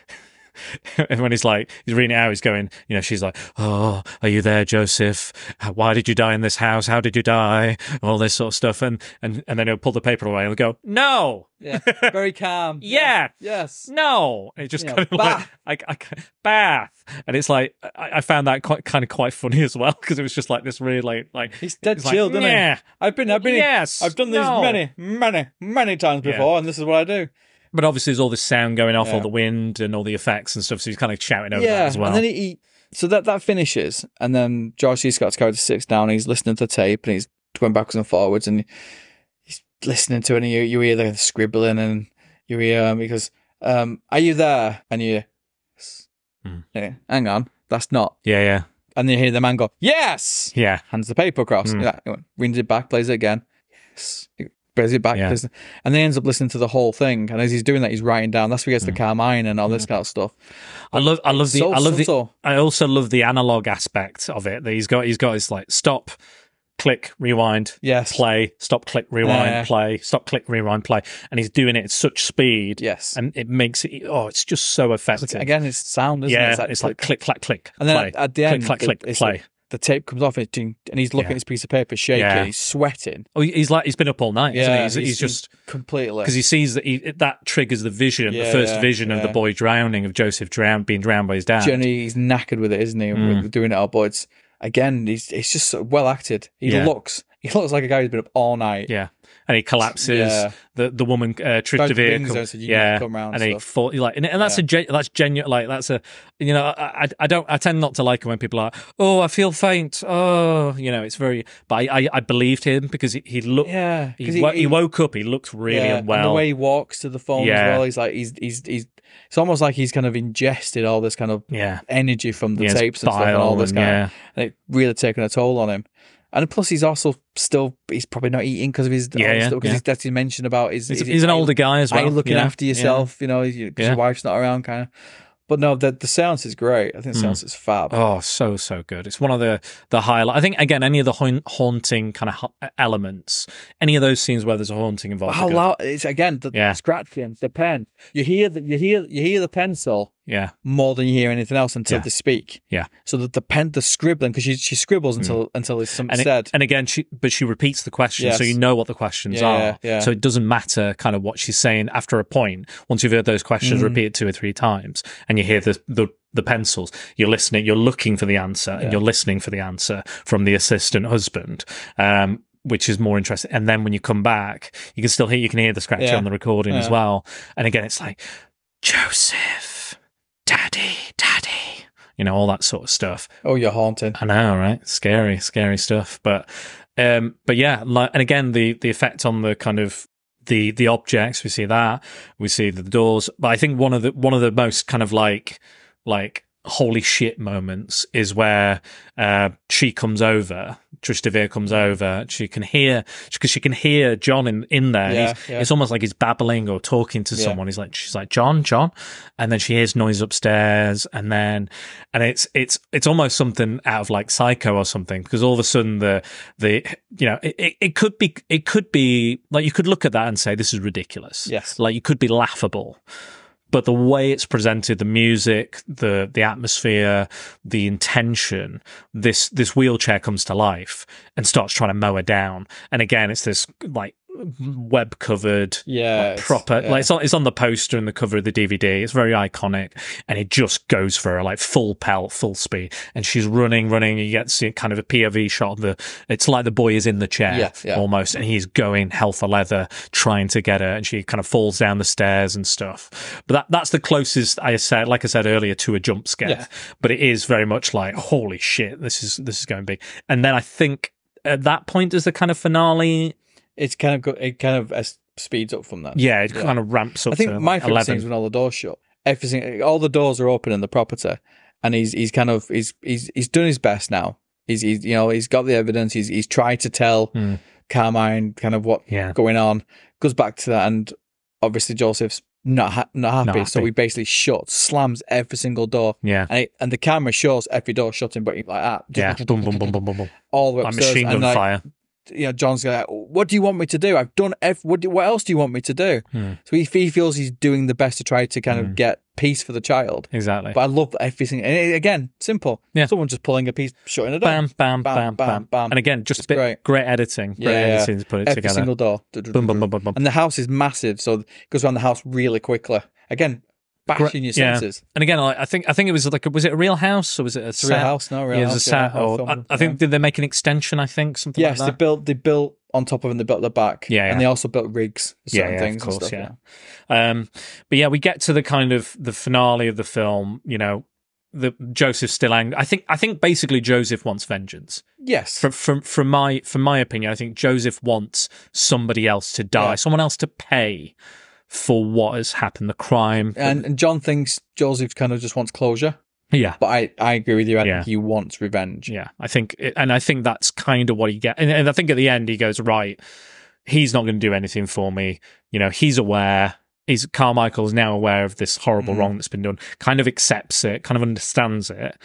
C: And when he's like, he's reading it out, he's going, you know, she's like, Oh, are you there, Joseph? How- Why did you die in this house? How did you die? All this sort of stuff. And and, and then he'll pull the paper away and go, No,
D: yeah, very calm.
C: yeah,
D: Yes.
C: no and it just
D: Yeah,
C: kind of like I, I- bath and it's like I, I found that quite kind of quite funny as well because it was just like this really like like
D: He's dead
C: it's
D: chill,
C: like,
D: doesn't
C: yeah
D: he? I've been, I've been,
C: Yes.
D: I've done these
C: No.
D: many, many, many times
C: Yeah.
D: before, and this is what I do.
C: but obviously there's all this sound going off all
D: Yeah.
C: the wind and all the effects and stuff so he's kind of shouting over that
D: yeah,
C: as well
D: and then he, he, so that that finishes, and then George C. Scott's character sits down, and he's listening to the tape, and he's going backwards and forwards, and he's listening to it, and you you hear the scribbling, and you hear um, he goes, um, "Are you there?" And you,
C: Hmm.
D: Yeah, hang on, that's not
C: yeah yeah
D: And then you hear the man go, "Yes!"
C: Yeah.
D: hands the paper across.
C: Mm.
D: Yeah, reads it back, plays it again. Yes, He plays it back,
C: Yeah.
D: plays it- and then he ends up listening to the whole thing. And as he's doing that, he's writing down. That's where he gets the Carmine and all this kind of stuff.
C: I love Hmm. I love the
D: So
C: I love
D: subtle.
C: the I also love the analog aspect of it that he's got he's got his like stop click rewind
D: Yes.
C: play stop click rewind
D: Yeah.
C: play stop click rewind play and he's doing it at such speed
D: Yes.
C: and it makes it oh it's just so effective
D: Again, it's sound, isn't
C: yeah
D: it?
C: it's like, click clack click
D: and then
C: play,
D: at, at the
C: click
D: end,
C: clack,
D: it-
C: click
D: it's
C: play
D: like the tape comes off, and, it's ding, and he's looking
C: Yeah.
D: at his piece of paper, shaking,
C: Yeah.
D: he's sweating.
C: oh he's like he's been up all night isn't he?
D: Yeah,
C: He's, he's, just
D: completely
C: because he sees that he, that triggers the vision the
D: Yeah,
C: first
D: yeah,
C: vision of the
D: yeah.
C: boy drowning of Joseph drowned being drowned by his dad
D: Generally, he's knackered with it, isn't he?
C: Mm.
D: With doing it all, but it's again, he's it's just so well acted. He
C: Yeah.
D: looks, he looks like a guy who's been up all night.
C: Yeah, and he collapses.
D: Yeah.
C: The the woman uh, Trish
D: Both
C: Devere,
D: rings
C: come-
D: though, so you
C: yeah,
D: can come round
C: and
D: and
C: he
D: stuff.
C: fall, like, and, and that's a gen, that's genuine. Like that's a you know I, I I don't I tend not to like it when people are oh I feel faint oh you know it's very but I I, I believed him because he, he looked
D: Yeah,
C: he,
D: 'cause
C: wo- he woke up he looked really
D: yeah,
C: unwell
D: And the way he walks to the phone
C: Yeah.
D: as well, he's like he's he's he's. It's almost like he's kind of ingested all this kind of
C: yeah
D: energy from the
C: Yeah, his
D: tapes and stuff, and
C: bile
D: all this
C: and-
D: kind
C: yeah.
D: of, and it really taken a toll on him. And plus, he's also still he's probably not eating because of his
C: Yeah, yeah,
D: because
C: yeah.
D: he's that's he mentioned about his.
C: he's,
D: his-
C: he's an older guy as
D: Are
C: well
D: you looking
C: yeah,
D: after
C: yeah.
D: yourself? You know, because
C: Yeah.
D: your wife's not around, kind of. But no, the the seance is great. I think the seance is fab.
C: Oh, so so good. It's one of the the highlight. I think again, any of the haun- haunting kind of ha- elements, any of those scenes where there's a haunting involved. are
D: How
C: good.
D: loud! It's again the
C: Yeah.
D: scratching, the pen. You hear the you hear you hear the pencil
C: Yeah,
D: more than you hear anything else until
C: Yeah.
D: they speak.
C: Yeah.
D: So that the pen, the scribbling, because she she scribbles until until it's something
C: Hmm. and, it-
D: said.
C: and again, she but she repeats the question, so
D: Yes.
C: you know what the questions
D: Yeah,
C: are.
D: yeah, yeah.
C: So it doesn't matter kind of what she's saying after a point. Once you've heard those questions
D: Mm-hmm.
C: repeated two or three times, and you hear the the, the pencils, you're listening, you're looking for the answer, and you're listening for the answer from the assistant husband. Um, which is more interesting, and then when you come back, you can still hear you can hear the scratch
D: Yeah.
C: on the recording as
D: Yeah.
C: well. And again, it's like Joseph, Daddy, Daddy, you know all that sort of stuff.
D: oh, you're haunted.
C: I know, right? Scary, scary stuff. But, um, but yeah, like, and again, the the effect on the kind of the the objects we see that we see the doors. But I think one of the one of the most kind of like like holy shit moments is where uh, she comes over. Trish Devere comes
D: Mm-hmm.
C: over. She can hear because she can hear John in in there.
D: Yeah,
C: He's-
D: yeah.
C: It's almost like he's babbling or talking to
D: Yeah.
C: someone. He's like, she's like, John, John, and then she hears noise upstairs, and then, and it's it's it's almost something out of like Psycho or something because all of a sudden the the you know it, it, it could be it could be like you could look at that and say this is ridiculous.
D: Yes.
C: like you could be laughable. But the way it's presented, the music, the the atmosphere, the intention, this this wheelchair comes to life and starts trying to mow her down. And again, it's this like web covered,
D: Yeah, it's-
C: proper
D: yeah.
C: like it's on, it's on the poster and the cover of the DVD. It's very iconic, and it just goes for her like full pelt, full speed, and she's running, running. You get to see kind of a POV shot of the. It's like the boy is in the chair
D: Yeah, yeah.
C: almost, and he's going hell for leather trying to get her, and she kind of falls down the stairs and stuff. But that that's the closest I said, like I said earlier, to a jump scare.
D: Yeah.
C: But it is very much like holy shit, this is this is going big. And then I think at that point is the kind of finale.
D: It's kind of go, it kind of uh, speeds up from that.
C: Yeah, it kind of ramps up.
D: I think
C: to
D: my
C: like
D: favorite
C: 11.
D: scene is when all the doors shut. Everything, all the doors are open in the property, and he's he's kind of he's he's he's done his best now. He's, he's you know he's got the evidence. He's he's tried to tell Carmine kind of what
C: Hmm. Yeah.
D: going on. Goes back to that, and obviously Joseph's not ha- not happy,
C: Not
D: So
C: happy.
D: he basically shuts, slams every single door,
C: Yeah.
D: and it, and the camera shows every door shutting, but he, like that,
C: Yeah. boom, boom, boom, boom, boom, boom.
D: all the way
C: Like
D: upstairs,
C: machine gun
D: and like,
C: fire.
D: you know, John's going, "What do you want me to do? I've done. F- what, do, what else do you want me to do?"
C: Hmm.
D: So he, he feels he's doing the best to try to kind of get peace for the child.
C: Exactly.
D: But I love that everything. And it- again, simple.
C: Yeah.
D: Someone just pulling a piece, shutting it
C: Bam,
D: up.
C: bam, bam, bam,
D: Bam, bam, bam.
C: And again, just a bit great,
D: great.
C: editing. Great
D: Yeah, yeah.
C: editing to put it
D: Every
C: together.
D: single Mm. door.
C: boom, boom, boom, boom, boom.
D: And the house is massive, so it goes around the house really quickly. Again, bashing your
C: yeah.
D: senses.
C: And again, like, I think I think it was like a- was it a real house or was it a
D: It's a real
C: set?
D: house, no real
C: yeah, it was a
D: house.
C: set.
D: yeah,
C: or,
D: film,
C: I, I think
D: yeah.
C: did they make an extension? I think something
D: yes, they
C: like that.
D: built they built on top of and they built the back.
C: Yeah, yeah.
D: and they also built rigs. for
C: Yeah,
D: certain
C: yeah, of
D: things and
C: course,
D: stuff,
C: yeah. Um, but yeah, we get to the kind of the finale of the film. You know, the Joseph's still angry. I think I think basically Joseph wants vengeance.
D: Yes,
C: from from from my from my opinion, I think Joseph wants somebody else to die,
D: Yeah.
C: someone else to pay for what has happened, the crime.
D: and and John thinks Joseph kind of just wants closure.
C: Yeah.
D: But I, I agree with you. I
C: Yeah.
D: think he wants revenge.
C: Yeah, I think, and I think that's kind of what he gets. And, and I think at the end he goes, right, he's not going to do anything for me. You know, he's aware. He's Carmichael's now aware of this horrible
D: Mhm.
C: wrong that's been done. Kind of accepts it, kind of understands it,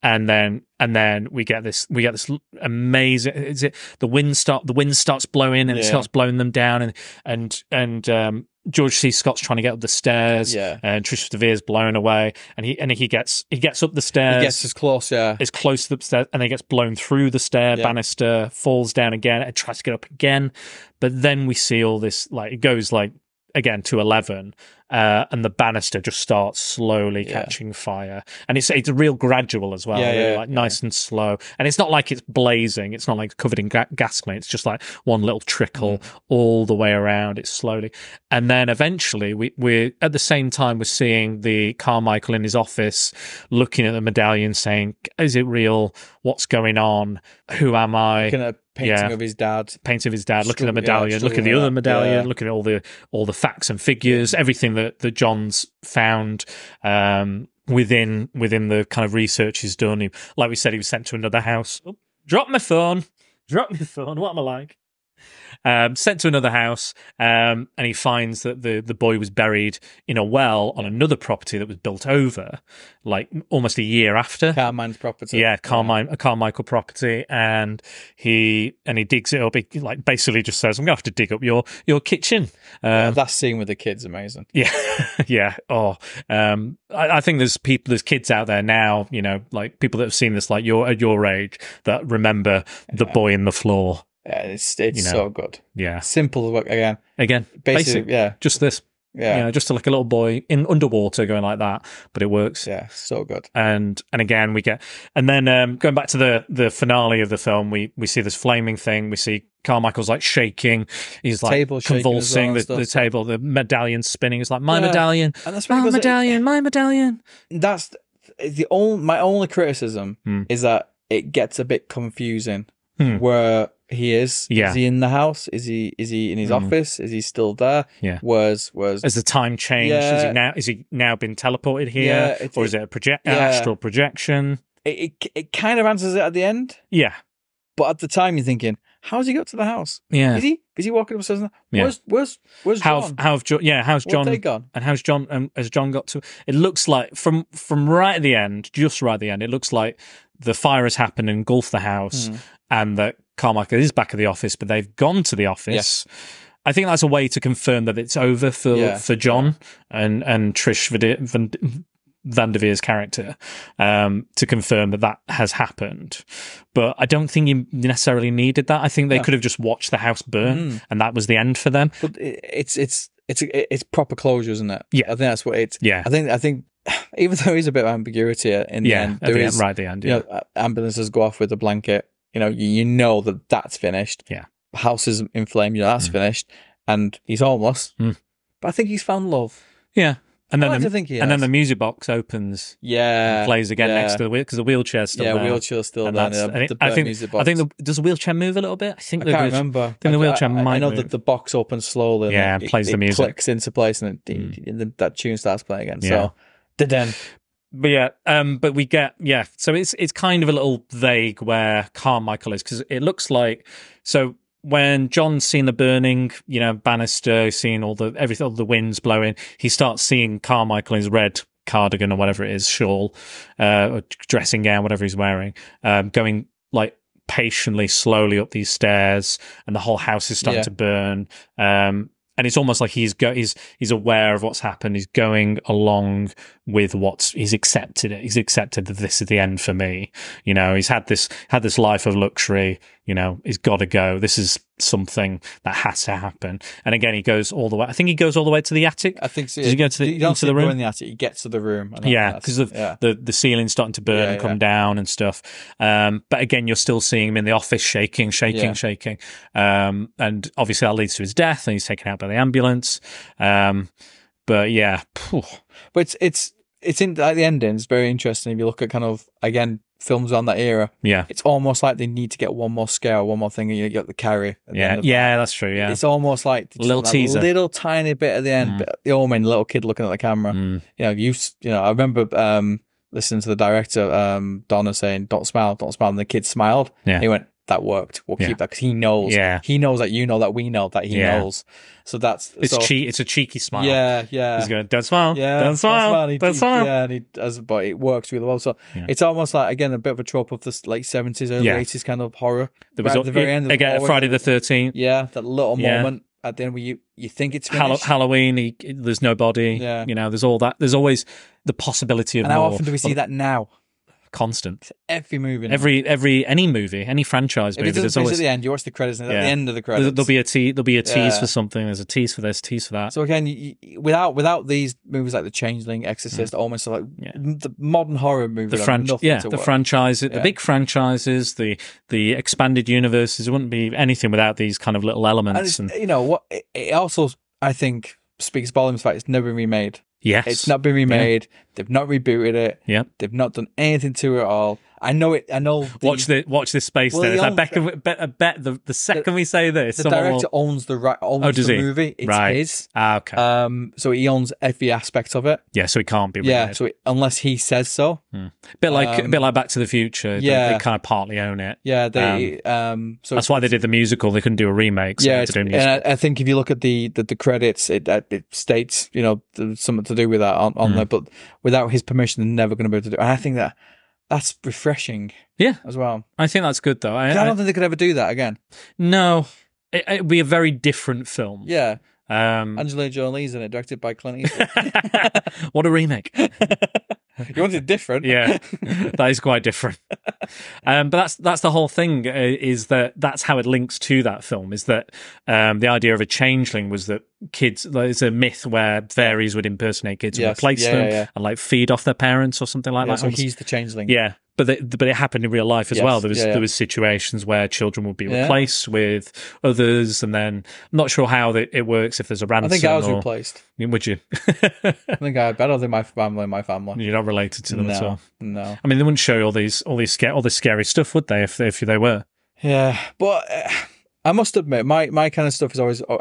C: and then and then we get this we get this l- amazing. Is it the wind start? The wind starts blowing and it
D: Yeah.
C: starts blowing them down, and and and um, George C. Scott's trying to get up the stairs.
D: Yeah.
C: And Trish Devere's blown away, and he and he gets he gets up the stairs
D: He gets as close, yeah.
C: is close to the stair and then gets blown through the stair
D: Yeah.
C: banister, falls down again, and tries to get up again. But then we see all this like it goes like again to eleven, uh, and the banister just starts slowly
D: Yeah.
C: catching fire, and it's it's real gradual as well,
D: Yeah,
C: really,
D: yeah,
C: like
D: yeah.
C: nice and slow, and it's not like it's blazing, it's not like covered in ga- gasoline, it's just like one little trickle all the way around, it's slowly, and then eventually we we're at the same time we're seeing the Carmichael in his office looking at the medallion saying is it real what's going on who am I
D: Looking at a painting
C: Yeah.
D: of his dad.
C: painting of his dad looking at the
D: Struggle- yeah,
C: medallion looking at the
D: struggling
C: other
D: with that,
C: medallion
D: yeah.
C: looking at all the all the facts and figures everything that that John's found um within within the kind of research he's done He- like we said he was sent to another house Oh, drop my phone drop my phone what am I like um, sent to another house, um, and he finds that the, the boy was buried in a well on another property that was built over, like almost a year after.
D: Carmine's property.
C: yeah, Carmine, a Carmichael property, and he and he digs it up. He like basically just says, "I'm gonna have to dig up your your kitchen."
D: Yeah,
C: Um,
D: that scene with the kids amazing.
C: yeah, yeah. Oh, um, I, I think there's people, there's kids out there now, you know, like people that have seen this, like your at your age, that remember the
D: Yeah.
C: boy in the floor.
D: Yeah, it's it's
C: You know.
D: so good.
C: Yeah,
D: Simple work again.
C: again,
D: Basic,
C: Basic.
D: Yeah,
C: just this.
D: yeah,
C: you
D: yeah,
C: know, just like a little boy in underwater going like that, but it works.
D: So good.
C: And and again we get and then um, going back to the the finale of the film, we we see this flaming thing. We see Carmichael's like shaking, he's like
D: Table shaking as well
C: convulsing
D: and
C: the, the
D: stuff.
C: table, the medallion spinning. It's like my
D: Yeah.
C: medallion,
D: And that's
C: my
D: because it-
C: medallion, my medallion.
D: that's the only my only criticism
C: Hmm.
D: is that it gets a bit confusing
C: Hmm.
D: where he is.
C: Yeah.
D: Is he in the house? Is he is he in his
C: Hmm.
D: office? Is he still there?
C: Yeah.
D: Where's where's
C: Has the time changed? Is he
D: Yeah.
C: now is he now been teleported here,
D: Yeah, it's-
C: or is it a project
D: yeah.
C: astral projection?
D: it, it it kind of answers it at the end,
C: Yeah,
D: but at the time you're thinking, how's he got to the house?
C: yeah.
D: Is he is he walking upstairs? and-
C: Yeah.
D: Where's where's where's
C: How
D: John?
C: how have Jo- yeah? How's
D: Where've
C: John?
D: they gone?
C: And how's John? Um, has John got to? It looks like from from right at the end, just right at the end, it looks like the fire has happened and engulfed the house,
D: Mm.
C: and that Carmichael is back at the office, but they've gone to the office.
D: Yes.
C: I think that's a way to confirm that it's over for
D: Yeah,
C: for John and and Trish Vade- Van, Van Devere's character um, to confirm that that has happened. But I don't think he necessarily needed that. I think they
D: No.
C: could have just watched the house burn,
D: Mm.
C: and that was the end for them.
D: But it, it's it's it's it's proper closure, isn't it?
C: Yeah.
D: I think that's what it's.
C: Yeah,
D: I think I think even though there is a bit of ambiguity in the
C: yeah,
D: end,
C: at
D: there
C: the
D: is
C: end, right at the end.
D: you
C: yeah.
D: know uh, ambulances go off with a blanket. You know you, you know that that's finished.
C: Yeah.
D: house is in flame. You know that's finished, and he's homeless.
C: Mm.
D: But I think he's found love.
C: Yeah, and
D: I
C: then
D: like
C: the,
D: to think he
C: and then
D: has.
C: the music box opens,
D: Yeah,
C: and plays again
D: yeah.
C: next to the wheel because the wheelchair's still
D: yeah,
C: there.
D: wheelchair's still
C: And
D: there.
C: that's-
D: and
C: and it-
D: the
C: I
D: burnt
C: think-
D: music
C: I
D: box.
C: think the, does the wheelchair move a little bit? I think
D: I
C: the
D: can't
C: wheelchair-
D: remember. I
C: the
D: d-
C: wheelchair
D: I, I
C: might
D: know
C: move.
D: that the box opens slowly. and
C: Yeah,
D: then
C: and
D: it-
C: plays the
D: it
C: music.
D: Clicks into place, and, it,
C: Mm.
D: and then that tune starts playing again.
C: Yeah.
D: So, da-den.
C: But yeah, um, but we get yeah. So it's it's kind of a little vague where Carmichael is because it looks like so when John's seen the burning, you know, banister, seeing all the everything, all the winds blowing, he starts seeing Carmichael in his red cardigan or whatever it is, shawl, uh, or dressing gown, whatever he's wearing, um, going like patiently, slowly up these stairs, and the whole house is starting
D: Yeah.
C: to burn. Um, and it's almost like he's go- he's he's aware of what's happened. He's going along with what's he's accepted it. He's accepted that this is the end for me. You know, he's had this had this life of luxury. You know, he's got to go. This is something that has to happen. And again, he goes all the way. I think he goes all the way to the attic.
D: I think so.
C: Does he go to the-
D: you don't
C: into
D: see
C: the
D: him go
C: room?
D: in the attic. He gets to the room. and that-
C: Yeah,
D: that's-
C: because of
D: yeah.
C: the the ceiling's starting to burn
D: Yeah,
C: and come
D: yeah.
C: down and stuff. Um, but again, you're still seeing him in the office shaking, shaking,
D: Yeah.
C: shaking. Um, and obviously that leads to his death, and he's taken out by the ambulance. Um, but yeah, phew.
D: But it's it's it's in like the ending. It's very interesting if you look at kind of again films on that era.
C: yeah,
D: It's almost like they need to get one more scare, one more thing, and you got the carry. at the
C: yeah,
D: end of
C: yeah. That's true.
D: that.
C: Yeah,
D: It's almost like they just
C: Little
D: want that
C: teaser.
D: little tiny bit at the end.
C: Mm.
D: uh, But the old man, little kid looking at the camera.
C: Mm.
D: You know, you s- you know. I remember um, listening to the director, um, Donna saying, "Don't smile, don't smile," and the kid smiled.
C: Yeah.
D: And he went, "That worked. We'll
C: Yeah.
D: keep that because he knows.
C: Yeah.
D: He knows that you know that we know that he
C: Yeah.
D: knows. So that's
C: It's
D: so,
C: che- It's a cheeky smile.
D: Yeah, yeah.
C: He's going, don't smile.
D: Yeah,
C: Don't smile.
D: He-
C: Don't
D: he-
C: smile.
D: Yeah, and he does, but it works really well. So
C: Yeah.
D: it's almost like again a bit of a trope of this late seventies, early
C: Yeah.
D: eighties kind of horror.
C: There
D: right
C: was
D: at the very end. there's
C: again
D: always-
C: Friday the Thirteenth,
D: Yeah, that little
C: Yeah.
D: moment at the end where you you think it's
C: Hall-
D: finished.
C: Halloween. He, there's no body.
D: Yeah.
C: You know, there's all that. There's always the possibility of
D: and how
C: more.
D: often do we see that now?
C: Constant.
D: Every movie. now.
C: Every every any movie, any franchise
D: if
C: movie,
D: it doesn't
C: there's
D: finish
C: always
D: at the end, you watch the credits, and at
C: Yeah.
D: the end of the credits,
C: there'll there'll be a te- there'll be a tease
D: Yeah.
C: for something. There's a tease for this, tease for that.
D: So again, you, you- without without these movies like The Changeling, Exorcist, almost like
C: Yeah.
D: m- the modern horror movies,
C: the
D: have
C: franchise,
D: nothing
C: yeah,
D: to
C: the
D: work.
C: franchise, the
D: Yeah.
C: big franchises, the the expanded universes. It wouldn't be anything without these kind of little
D: And
C: elements.
D: it's,
C: And,
D: you know what? It, it also, I think, speaks volumes. Fact, it's never been remade.
C: yes,
D: It's not been remade. They've not rebooted it.
C: Yeah.
D: They've not done anything to it at all. I know it. I know. The,
C: watch the watch this space.
D: Well,
C: there,
D: the
C: I
D: old-
C: bet, I bet, I bet uh, the the second we say this,
D: the
C: someone will-
D: director owns the right. Owns
C: Oh, does
D: the
C: he?
D: movie. It's
C: Right.
D: his.
C: Ah, okay.
D: Um. So he owns every aspect of it.
C: yeah, so it can't be.
D: Yeah.
C: remade.
D: So it, unless he says so.
C: Hmm. bit like a
D: um,
C: bit like Back to the Future. they- they,
D: yeah.
C: kind of partly own it.
D: Yeah. They. Um. so
C: That's why they did the musical. They couldn't do a remake. So they had to do a
D: it's-
C: musical.
D: and I, I think if you look at the the, the credits, it uh, it states you know there's something to do with that on,
C: Mm.
D: on there, but without his permission, they're never going to be able to do. it. And I think that that's refreshing
C: yeah,
D: as well.
C: I think that's good though. I,
D: I,
C: I,
D: don't think they could ever do that again.
C: no, it, it'd be a very different film.
D: Yeah,
C: Um,
D: Angelina Jolie's in it, directed by Clint Eastwood.
C: what a remake.
D: you want it different?
C: yeah that is quite different um but that's that's the whole thing uh, is that that's how it links to that film is that um the idea of a changeling was that kids like, it's a myth where fairies would impersonate kids and
D: Yes.
C: replace
D: Yeah,
C: them
D: yeah, yeah.
C: and like feed off their parents or something like
D: Yeah,
C: that
D: so he's the changeling.
C: yeah but they, but it happened in real life as
D: Yes,
C: well there was
D: yeah, yeah.
C: there was situations where children would be
D: Yeah.
C: replaced with others and then I'm not sure how that it works if there's a
D: I
C: ransom
D: think I was
C: or,
D: replaced.
C: would you
D: I think I better than my family. My family.
C: you're not related to them at all
D: No, no.
C: I mean, they wouldn't show you all these all these sca- all this scary stuff, would they? If if they were,
D: Yeah, but uh, I must admit, my my kind of stuff is always. oh,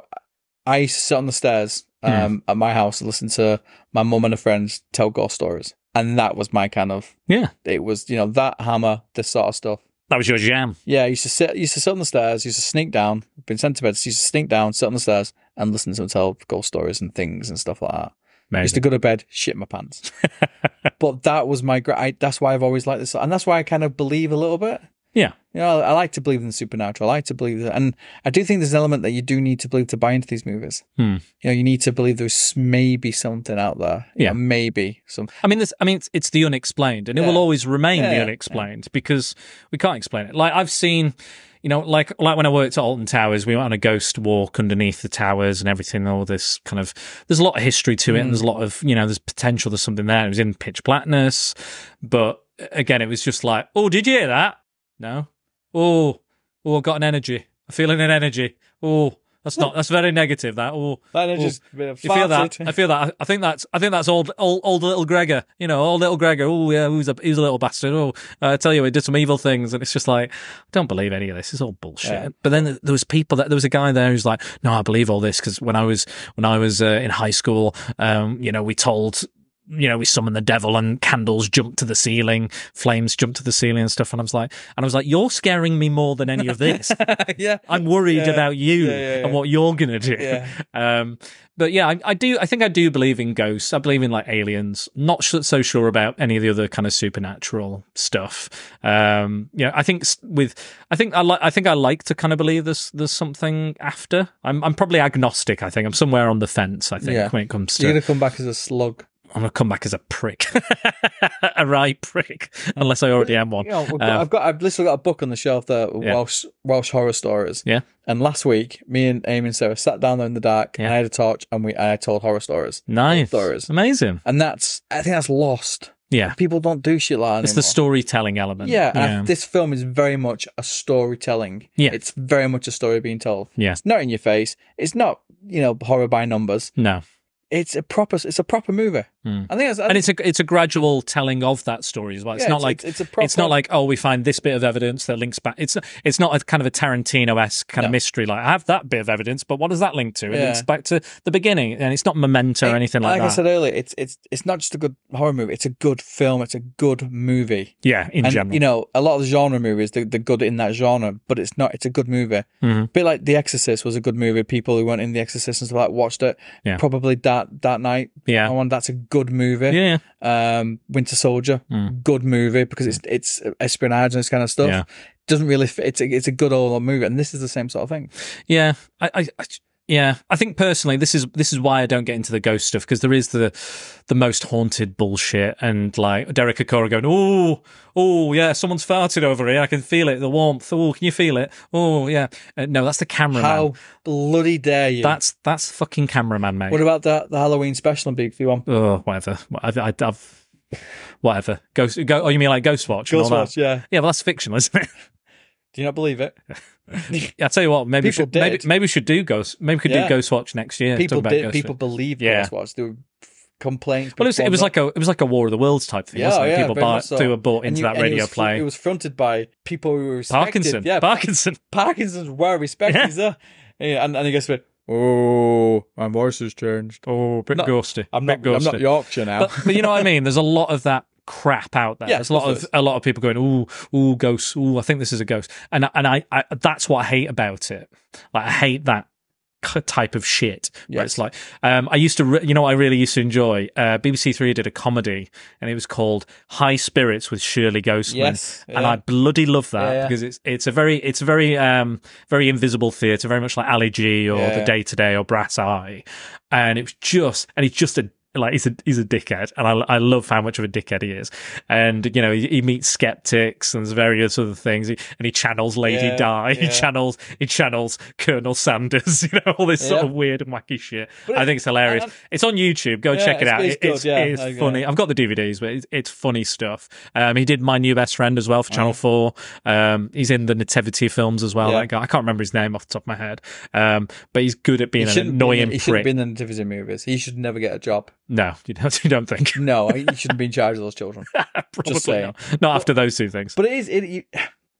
D: I used to sit on the stairs um, at my house and listen to my mum and her friends tell ghost stories, and that was my kind of.
C: yeah,
D: It was you know that hammer, this sort of stuff.
C: that was your jam.
D: Yeah, I used to sit, used to sit on the stairs, used to sneak down. Been sent to bed, so used to sneak down, sit on the stairs, and listen to them tell ghost stories and things and stuff like that. Used to
C: Amazing.
D: go to bed, shit my pants. but that was my gra- I That's why I've always liked this, and that's why I kind of believe a little bit.
C: Yeah,
D: You know, I, I like to believe in the supernatural. I like to believe that, and I do think there's an element that you do need to believe to buy into these movies.
C: Hmm.
D: You know, you need to believe there's maybe something out there. You
C: Yeah.
D: know, maybe some.
C: I mean, this. I mean, it's, it's the unexplained, and it
D: Yeah.
C: will always remain
D: Yeah,
C: the
D: yeah.
C: unexplained because we can't explain it. Like I've seen, you know, like like when I worked at Alton Towers, we went on a ghost walk underneath the towers and everything. All this kind of there's a lot of history to it, and
D: Mm.
C: there's a lot of you know, there's potential. There's something there. It was in pitch blackness, but again, it was just like, oh, did you hear that? No. Oh, oh, I got an energy. I'm feeling an energy. Oh, that's not. That's very negative. That. Oh,
D: That
C: oh.
D: is just a bit of
C: You feel that?
D: farted.
C: I feel that. I- I think that's. I think that's old, old, old little Gregor. You know, old little Gregor. Oh yeah, who's a he's a little bastard. Oh, I tell you, he did some evil things, and it's just like, I don't believe any of this. It's all bullshit.
D: Yeah.
C: But then there was people that there was a guy there who's like, no, I believe all this because when I was when I was uh, in high school, um, you know, we told. You know, we summoned the devil and candles jumped to the ceiling, flames jumped to the ceiling and stuff. And I was like, and I was like, you're scaring me more than any of this.
D: yeah.
C: I'm worried
D: Yeah.
C: about you
D: Yeah, yeah, yeah.
C: and what you're gonna do.
D: Yeah.
C: Um, but yeah, I, I do. I think I do believe in ghosts. I believe in like aliens. Not su- so sure about any of the other kind of supernatural stuff. Um, you know, I think s- with I think I like I think I like to kind of believe there's there's something after. I'm I'm probably agnostic. I think I'm somewhere on the fence. I think
D: Yeah.
C: when it comes to
D: You're gonna come back as a slug.
C: I'm gonna come back as a prick, a right prick, unless I already am one.
D: You know, we've got-
C: Um,
D: I've got. I've literally got a book on the shelf there,
C: Yeah.
D: Welsh Welsh horror stories.
C: Yeah.
D: And last week, me and Amy and Sarah sat down there in the dark, and
C: Yeah. Hmm.
D: I had a torch, and we I told horror stories.
C: nice,
D: Stories.
C: amazing.
D: And that's. I think that's lost.
C: Yeah,
D: People don't do shit like that
C: it's the
D: anymore.
C: storytelling element.
D: Yeah, and I- this film is very much a storytelling.
C: Yeah.
D: it's very much a story being told.
C: Yeah.
D: It's not in your face. It's not you know horror by numbers.
C: no.
D: It's a proper. It's a proper movie.
C: Hmm.
D: I think that's, I
C: And
D: think-
C: it's a it's a gradual telling of that story as well. It's
D: yeah,
C: not like
D: it's, it's a proper,
C: it's not like oh we find this bit of evidence that links back it's it's not a kind of a tarantino esque kind of
D: No.
C: mystery like i have that bit of evidence but what does that link to it
D: Yeah.
C: links back to the beginning and it's not memento or
D: It-
C: anything like,
D: I
C: that
D: said earlier, it's it's it's not just a good horror movie; it's a good film. It's a good movie.
C: yeah in
D: and
C: general
D: you know, a lot of the genre movies, they're, they're good in that genre, but it's not. It's a good movie.
C: Mhm.
D: bit like The Exorcist was a good movie. People who weren't in The Exorcist and stuff like watched it.
C: Yeah.
D: Probably that that night.
C: yeah.
D: I want that's a good
C: yeah
D: movie.
C: yeah
D: Um, Winter Soldier,
C: Mm.
D: good movie because it's it's espionage and this kind of stuff.
C: Yeah.
D: Doesn't really. Fit. It's a, it's a good old movie, and this is the same sort of thing.
C: yeah I, I, I yeah, I think personally, this is this is why I don't get into the ghost stuff because there is the the most haunted bullshit and like Derek Akora going, oh, oh yeah, someone's farted over here. I can feel it, the warmth. Oh, can you feel it? Oh yeah, uh, no, that's the cameraman.
D: How bloody dare you?
C: That's that's fucking cameraman, mate.
D: what about the, the Halloween special on Big View One?
C: oh, whatever. I've, I- I've whatever. Ghost. Go, oh, you mean like Ghost Watch? and all
D: Ghost Watch,
C: That?
D: yeah.
C: Yeah, well, that's fictional, isn't it?
D: Do you not believe it?
C: I tell you what, maybe we
D: People
C: should maybe,
D: did.
C: maybe we should do Ghost. Maybe we could
D: Yeah.
C: do Ghost Watch next year. talk
D: people
C: about
D: did.
C: Ghost
D: People
C: Watch.
D: believed
C: Yeah.
D: Ghost Watch. There were f- complaints.
C: Well, it was, it
D: being
C: was
D: formed
C: like a it was like a War of the Worlds type
D: up.
C: thing. wasn't it? people
D: very
C: bought
D: much so.
C: they were bought
D: And
C: into
D: you-
C: that
D: and it
C: radio
D: was fr-
C: play.
D: It was fronted by people who were respected.
C: Parkinson,
D: Yeah,
C: Parkinson.
D: Parkinson's were respected. Yeah. Yeah, and and he goes, "Oh, my voice has changed.
C: Oh, bit
D: Not-
C: ghosty.
D: I'm
C: bit
D: not. I'm
C: ghosty.
D: not Yorkshire now."
C: but, but you know what I mean. There's a lot of that crap out there.
D: Yeah,
C: There's a lot
D: of
C: of
D: course
C: a lot of people going, "Ooh, ooh, ghosts. Ooh, I think this is a ghost." And I- and I, I that's what I hate about it. Like I hate that k- type of shit. Where it's
D: Yes.
C: like, um, I used to, re- you know, what I really used to enjoy. Uh, BBC Three did a comedy, and it was called High Spirits with Shirley Ghostman.
D: Yes,
C: and
D: yeah.
C: I bloody love that
D: Yeah, yeah.
C: because it's it's a very it's a very um very invisible theatre, very much like Ali G or
D: Yeah,
C: The
D: yeah.
C: Day to Day or Brass Eye, and it was just and he's just a like he's a he's a dickhead, and I I love how much of a dickhead he is, and you know he, he meets skeptics and there's various other things, He- and he channels Lady
D: Yeah,
C: Di, he
D: yeah.
C: channels he channels Colonel Sanders, you know all this sort
D: Yeah.
C: of weird and wacky shit.
D: But
C: I
D: it-
C: think it's hilarious.
D: and-
C: it's on YouTube. Go
D: Yeah,
C: check it
D: it's-
C: out.
D: it's
C: It- It's,
D: good, yeah,
C: it's
D: okay.
C: funny. I've got the DVDs, but it's, it's funny stuff. Um, he did My New Best Friend as well for Channel 4. Um, he's in the Nativity films as well.
D: Oh, Yeah.
C: That guy. I can't remember his name off the top of my head. Um, but he's good at
D: He
C: being an
D: shouldn't be in-
C: annoying
D: He should
C: prick.
D: have been in the Nativity movies. He should never get a job.
C: No, you don't, you don't think.
D: No, he shouldn't be in charge of those children.
C: Probably
D: saying.
C: not. Not after those two things.
D: But it is it. You,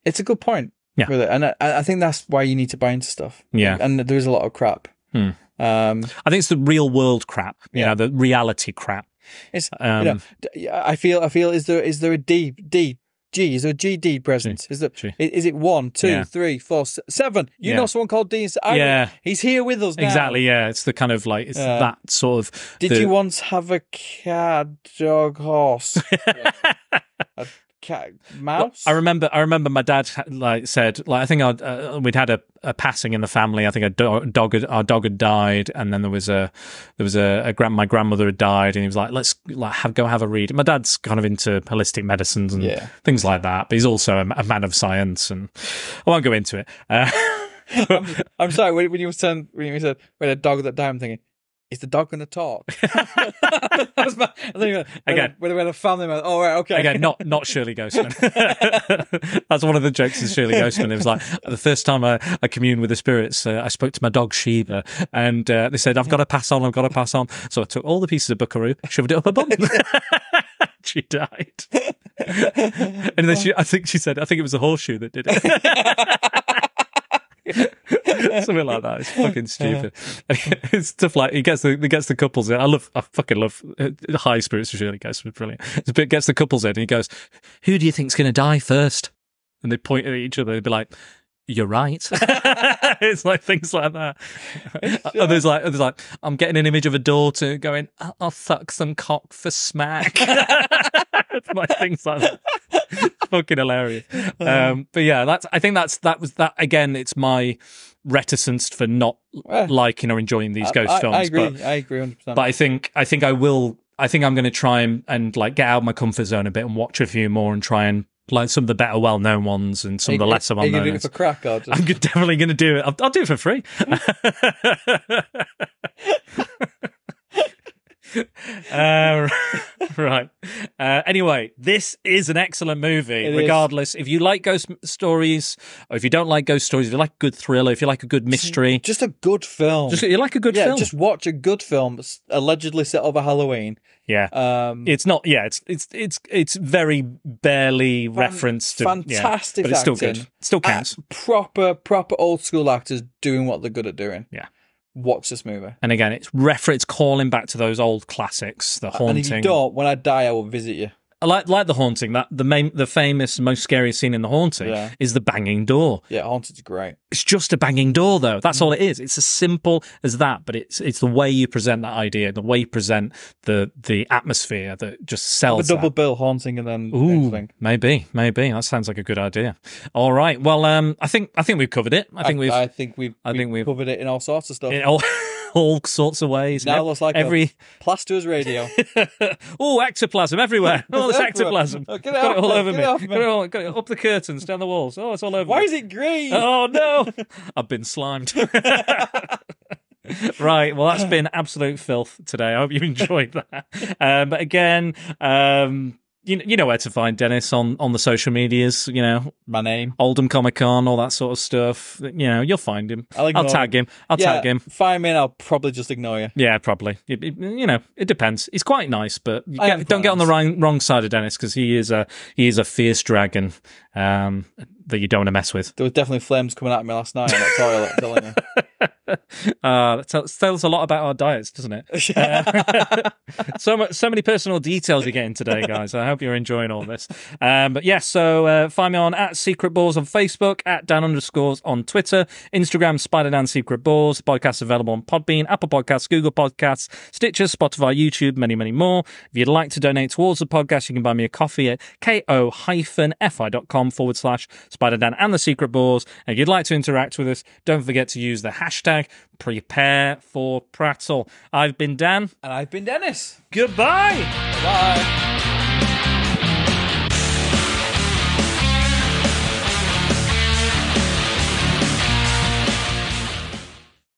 D: it's a good point.
C: Yeah.
D: Really, and I, I think that's why you need to buy into stuff.
C: Yeah.
D: And there is a lot of crap.
C: Hmm.
D: Um,
C: I think it's the real world crap, you
D: Yeah.
C: know, the reality crap.
D: it's
C: Um,
D: you know, d- I feel I feel is there is there a D D G is there a G D presence? Is there
C: G.
D: i- is it one
C: Yeah.
D: two three four s- seven? You
C: Yeah.
D: know someone called D. I,
C: Yeah.
D: he's here with us now.
C: Exactly, yeah. It's the kind of like, it's
D: Yeah.
C: that sort of.
D: Did
C: the-
D: you once have a cat, dog, horse, a cat, mouse?
C: I remember. I remember my dad like said like I think I'd, uh, we'd had a, a passing in the family. I think a do- dog had, our dog had died, and then there was a there was a, a grand my grandmother had died, and he was like, let's like have go have a read. My dad's kind of into holistic medicines and
D: Yeah.
C: things like that, but he's also a, a man of science, and I won't go into it. Uh,
D: I'm sorry. When, when you said when you said when a dog that died, I'm thinking, is the dog going to talk? That's my, I think uh, when,
C: Again.
D: when, when a family member. Oh right, okay.
C: Again, not not Shirley Ghostman. That's one of the jokes in Shirley Ghostman. It was like the first time I, I communed with the spirits, uh, I spoke to my dog Sheba, and uh, they said, "I've got to pass on, I've got to pass on." So I took all the pieces of Buckaroo, shoved it up her bum. she died, and then she, I think she said, "I think it was a horseshoe that did it." Something like that. It's fucking stupid. it's stuff like he gets the he gets the couples in. I love, I fucking love uh, high spirits. Really, goes brilliant. But gets the couples in, and he goes, "Who do you think's going to die first? And they point at each other. They'd be like, "You're right." it's like things like that. Others like others like, I'm getting an image of a daughter going, "I- "I'll suck some cock for smack." It's like things like that. It's fucking hilarious.
D: Uh.
C: Um, but yeah, that's. I think that's that was that again. It's my reticence for not
D: Yeah.
C: liking or enjoying these ghost
D: I,
C: films.
D: I agree.
C: But
D: I agree. Hundred percent.
C: but I think I think I will. I think I'm going to try and, and like get out of my comfort zone a bit and watch a few more and try and like some of the better well known ones and some of the lesser
D: Are
C: well
D: you going to do
C: known.
D: it for crack or just?
C: I'm g- definitely going to do it. I'll, I'll do it for free. Uh, right. Uh, anyway, this is an excellent movie.
D: It is.
C: regardless, if you like ghost m- stories, or if you don't like ghost stories, if you like a good thriller, if you like a good mystery,
D: Just a good film.
C: just you like a good
D: yeah,
C: film.
D: just watch a good film s- allegedly set over Halloween.
C: yeah,
D: Um,
C: it's not. Yeah, it's it's it's it's very barely referenced. to- yeah.
D: fantastic
C: but it's still
D: acting.
C: good. It still counts.
D: Uh, proper, proper old school actors doing what they're good at doing.
C: Yeah.
D: Watch this movie.
C: and again, it's refer. It's calling back to those old classics, the haunting.
D: And if you don't, when I die, I will visit you.
C: I like like the haunting. That the main, the famous, most scary scene in the haunting
D: Yeah.
C: is the banging door.
D: Yeah, Haunted's great.
C: It's just a banging door, though. That's
D: Mm.
C: all it is. It's as simple as that. But it's it's the way you present that idea, the way you present the the atmosphere that just
D: A
C: sells.
D: double
C: that.
D: bill haunting and then next
C: Ooh,
D: thing.
C: maybe, maybe that sounds like a good idea. All right. Well, um, I think I think we've covered it. I think we've
D: I think we've.
C: I think we've-
D: covered it in all sorts of stuff.
C: in all, all sorts of ways.
D: now it looks like
C: every.
D: a Plasters radio.
C: oh, ectoplasm everywhere. Oh, it's
D: Everywhere.
C: ectoplasm.
D: Oh,
C: Got
D: get
C: it
D: it off
C: all
D: me,
C: over
D: get
C: me.
D: it off
C: Got
D: me.
C: it all- got it up the curtains, down the walls. Oh, it's all over
D: Why
C: me.
D: is it green?
C: Oh, no. I've been slimed. right. Well, that's been absolute filth today. I hope you enjoyed that. Um, but again, um, you, you know where to find Dennis on, on the social medias, you know,
D: My name.
C: Oldham Comic Con, all that sort of stuff. You know, you'll find him.
D: I'll ignore
C: tag him. I'll
D: yeah,
C: tag him.
D: Find me and I'll probably just ignore you.
C: Yeah, probably. It- it- you know, it depends. He's quite nice, but you
D: I am
C: get, don't
D: quite
C: get on the
D: nice.
C: wrong, wrong side of Dennis because he is a he is a fierce dragon um, that you don't want to mess with.
D: There was definitely flames coming out of me last night in that toilet, I'm telling you.
C: Uh, that tells, tells a lot about our diets, doesn't it? Uh, so much, so many personal details you're getting today, guys. I hope you're enjoying all this. Um, but yeah, so uh, find me on at Secret Balls on Facebook, at Dan underscores on Twitter, Instagram Spider Dan Secret Balls. The podcast is available on Podbean, Apple Podcasts, Google Podcasts, Stitcher, Spotify, YouTube, many many more. If you'd like to donate towards the podcast, you can buy me a coffee at ko-fi.com forward slash Spider Dan and the Secret Balls. And if you'd like to interact with us, don't forget to use the hashtag Prepare for Prattle. I've been Dan.
D: and I've been Dennis.
C: Goodbye.
D: Bye.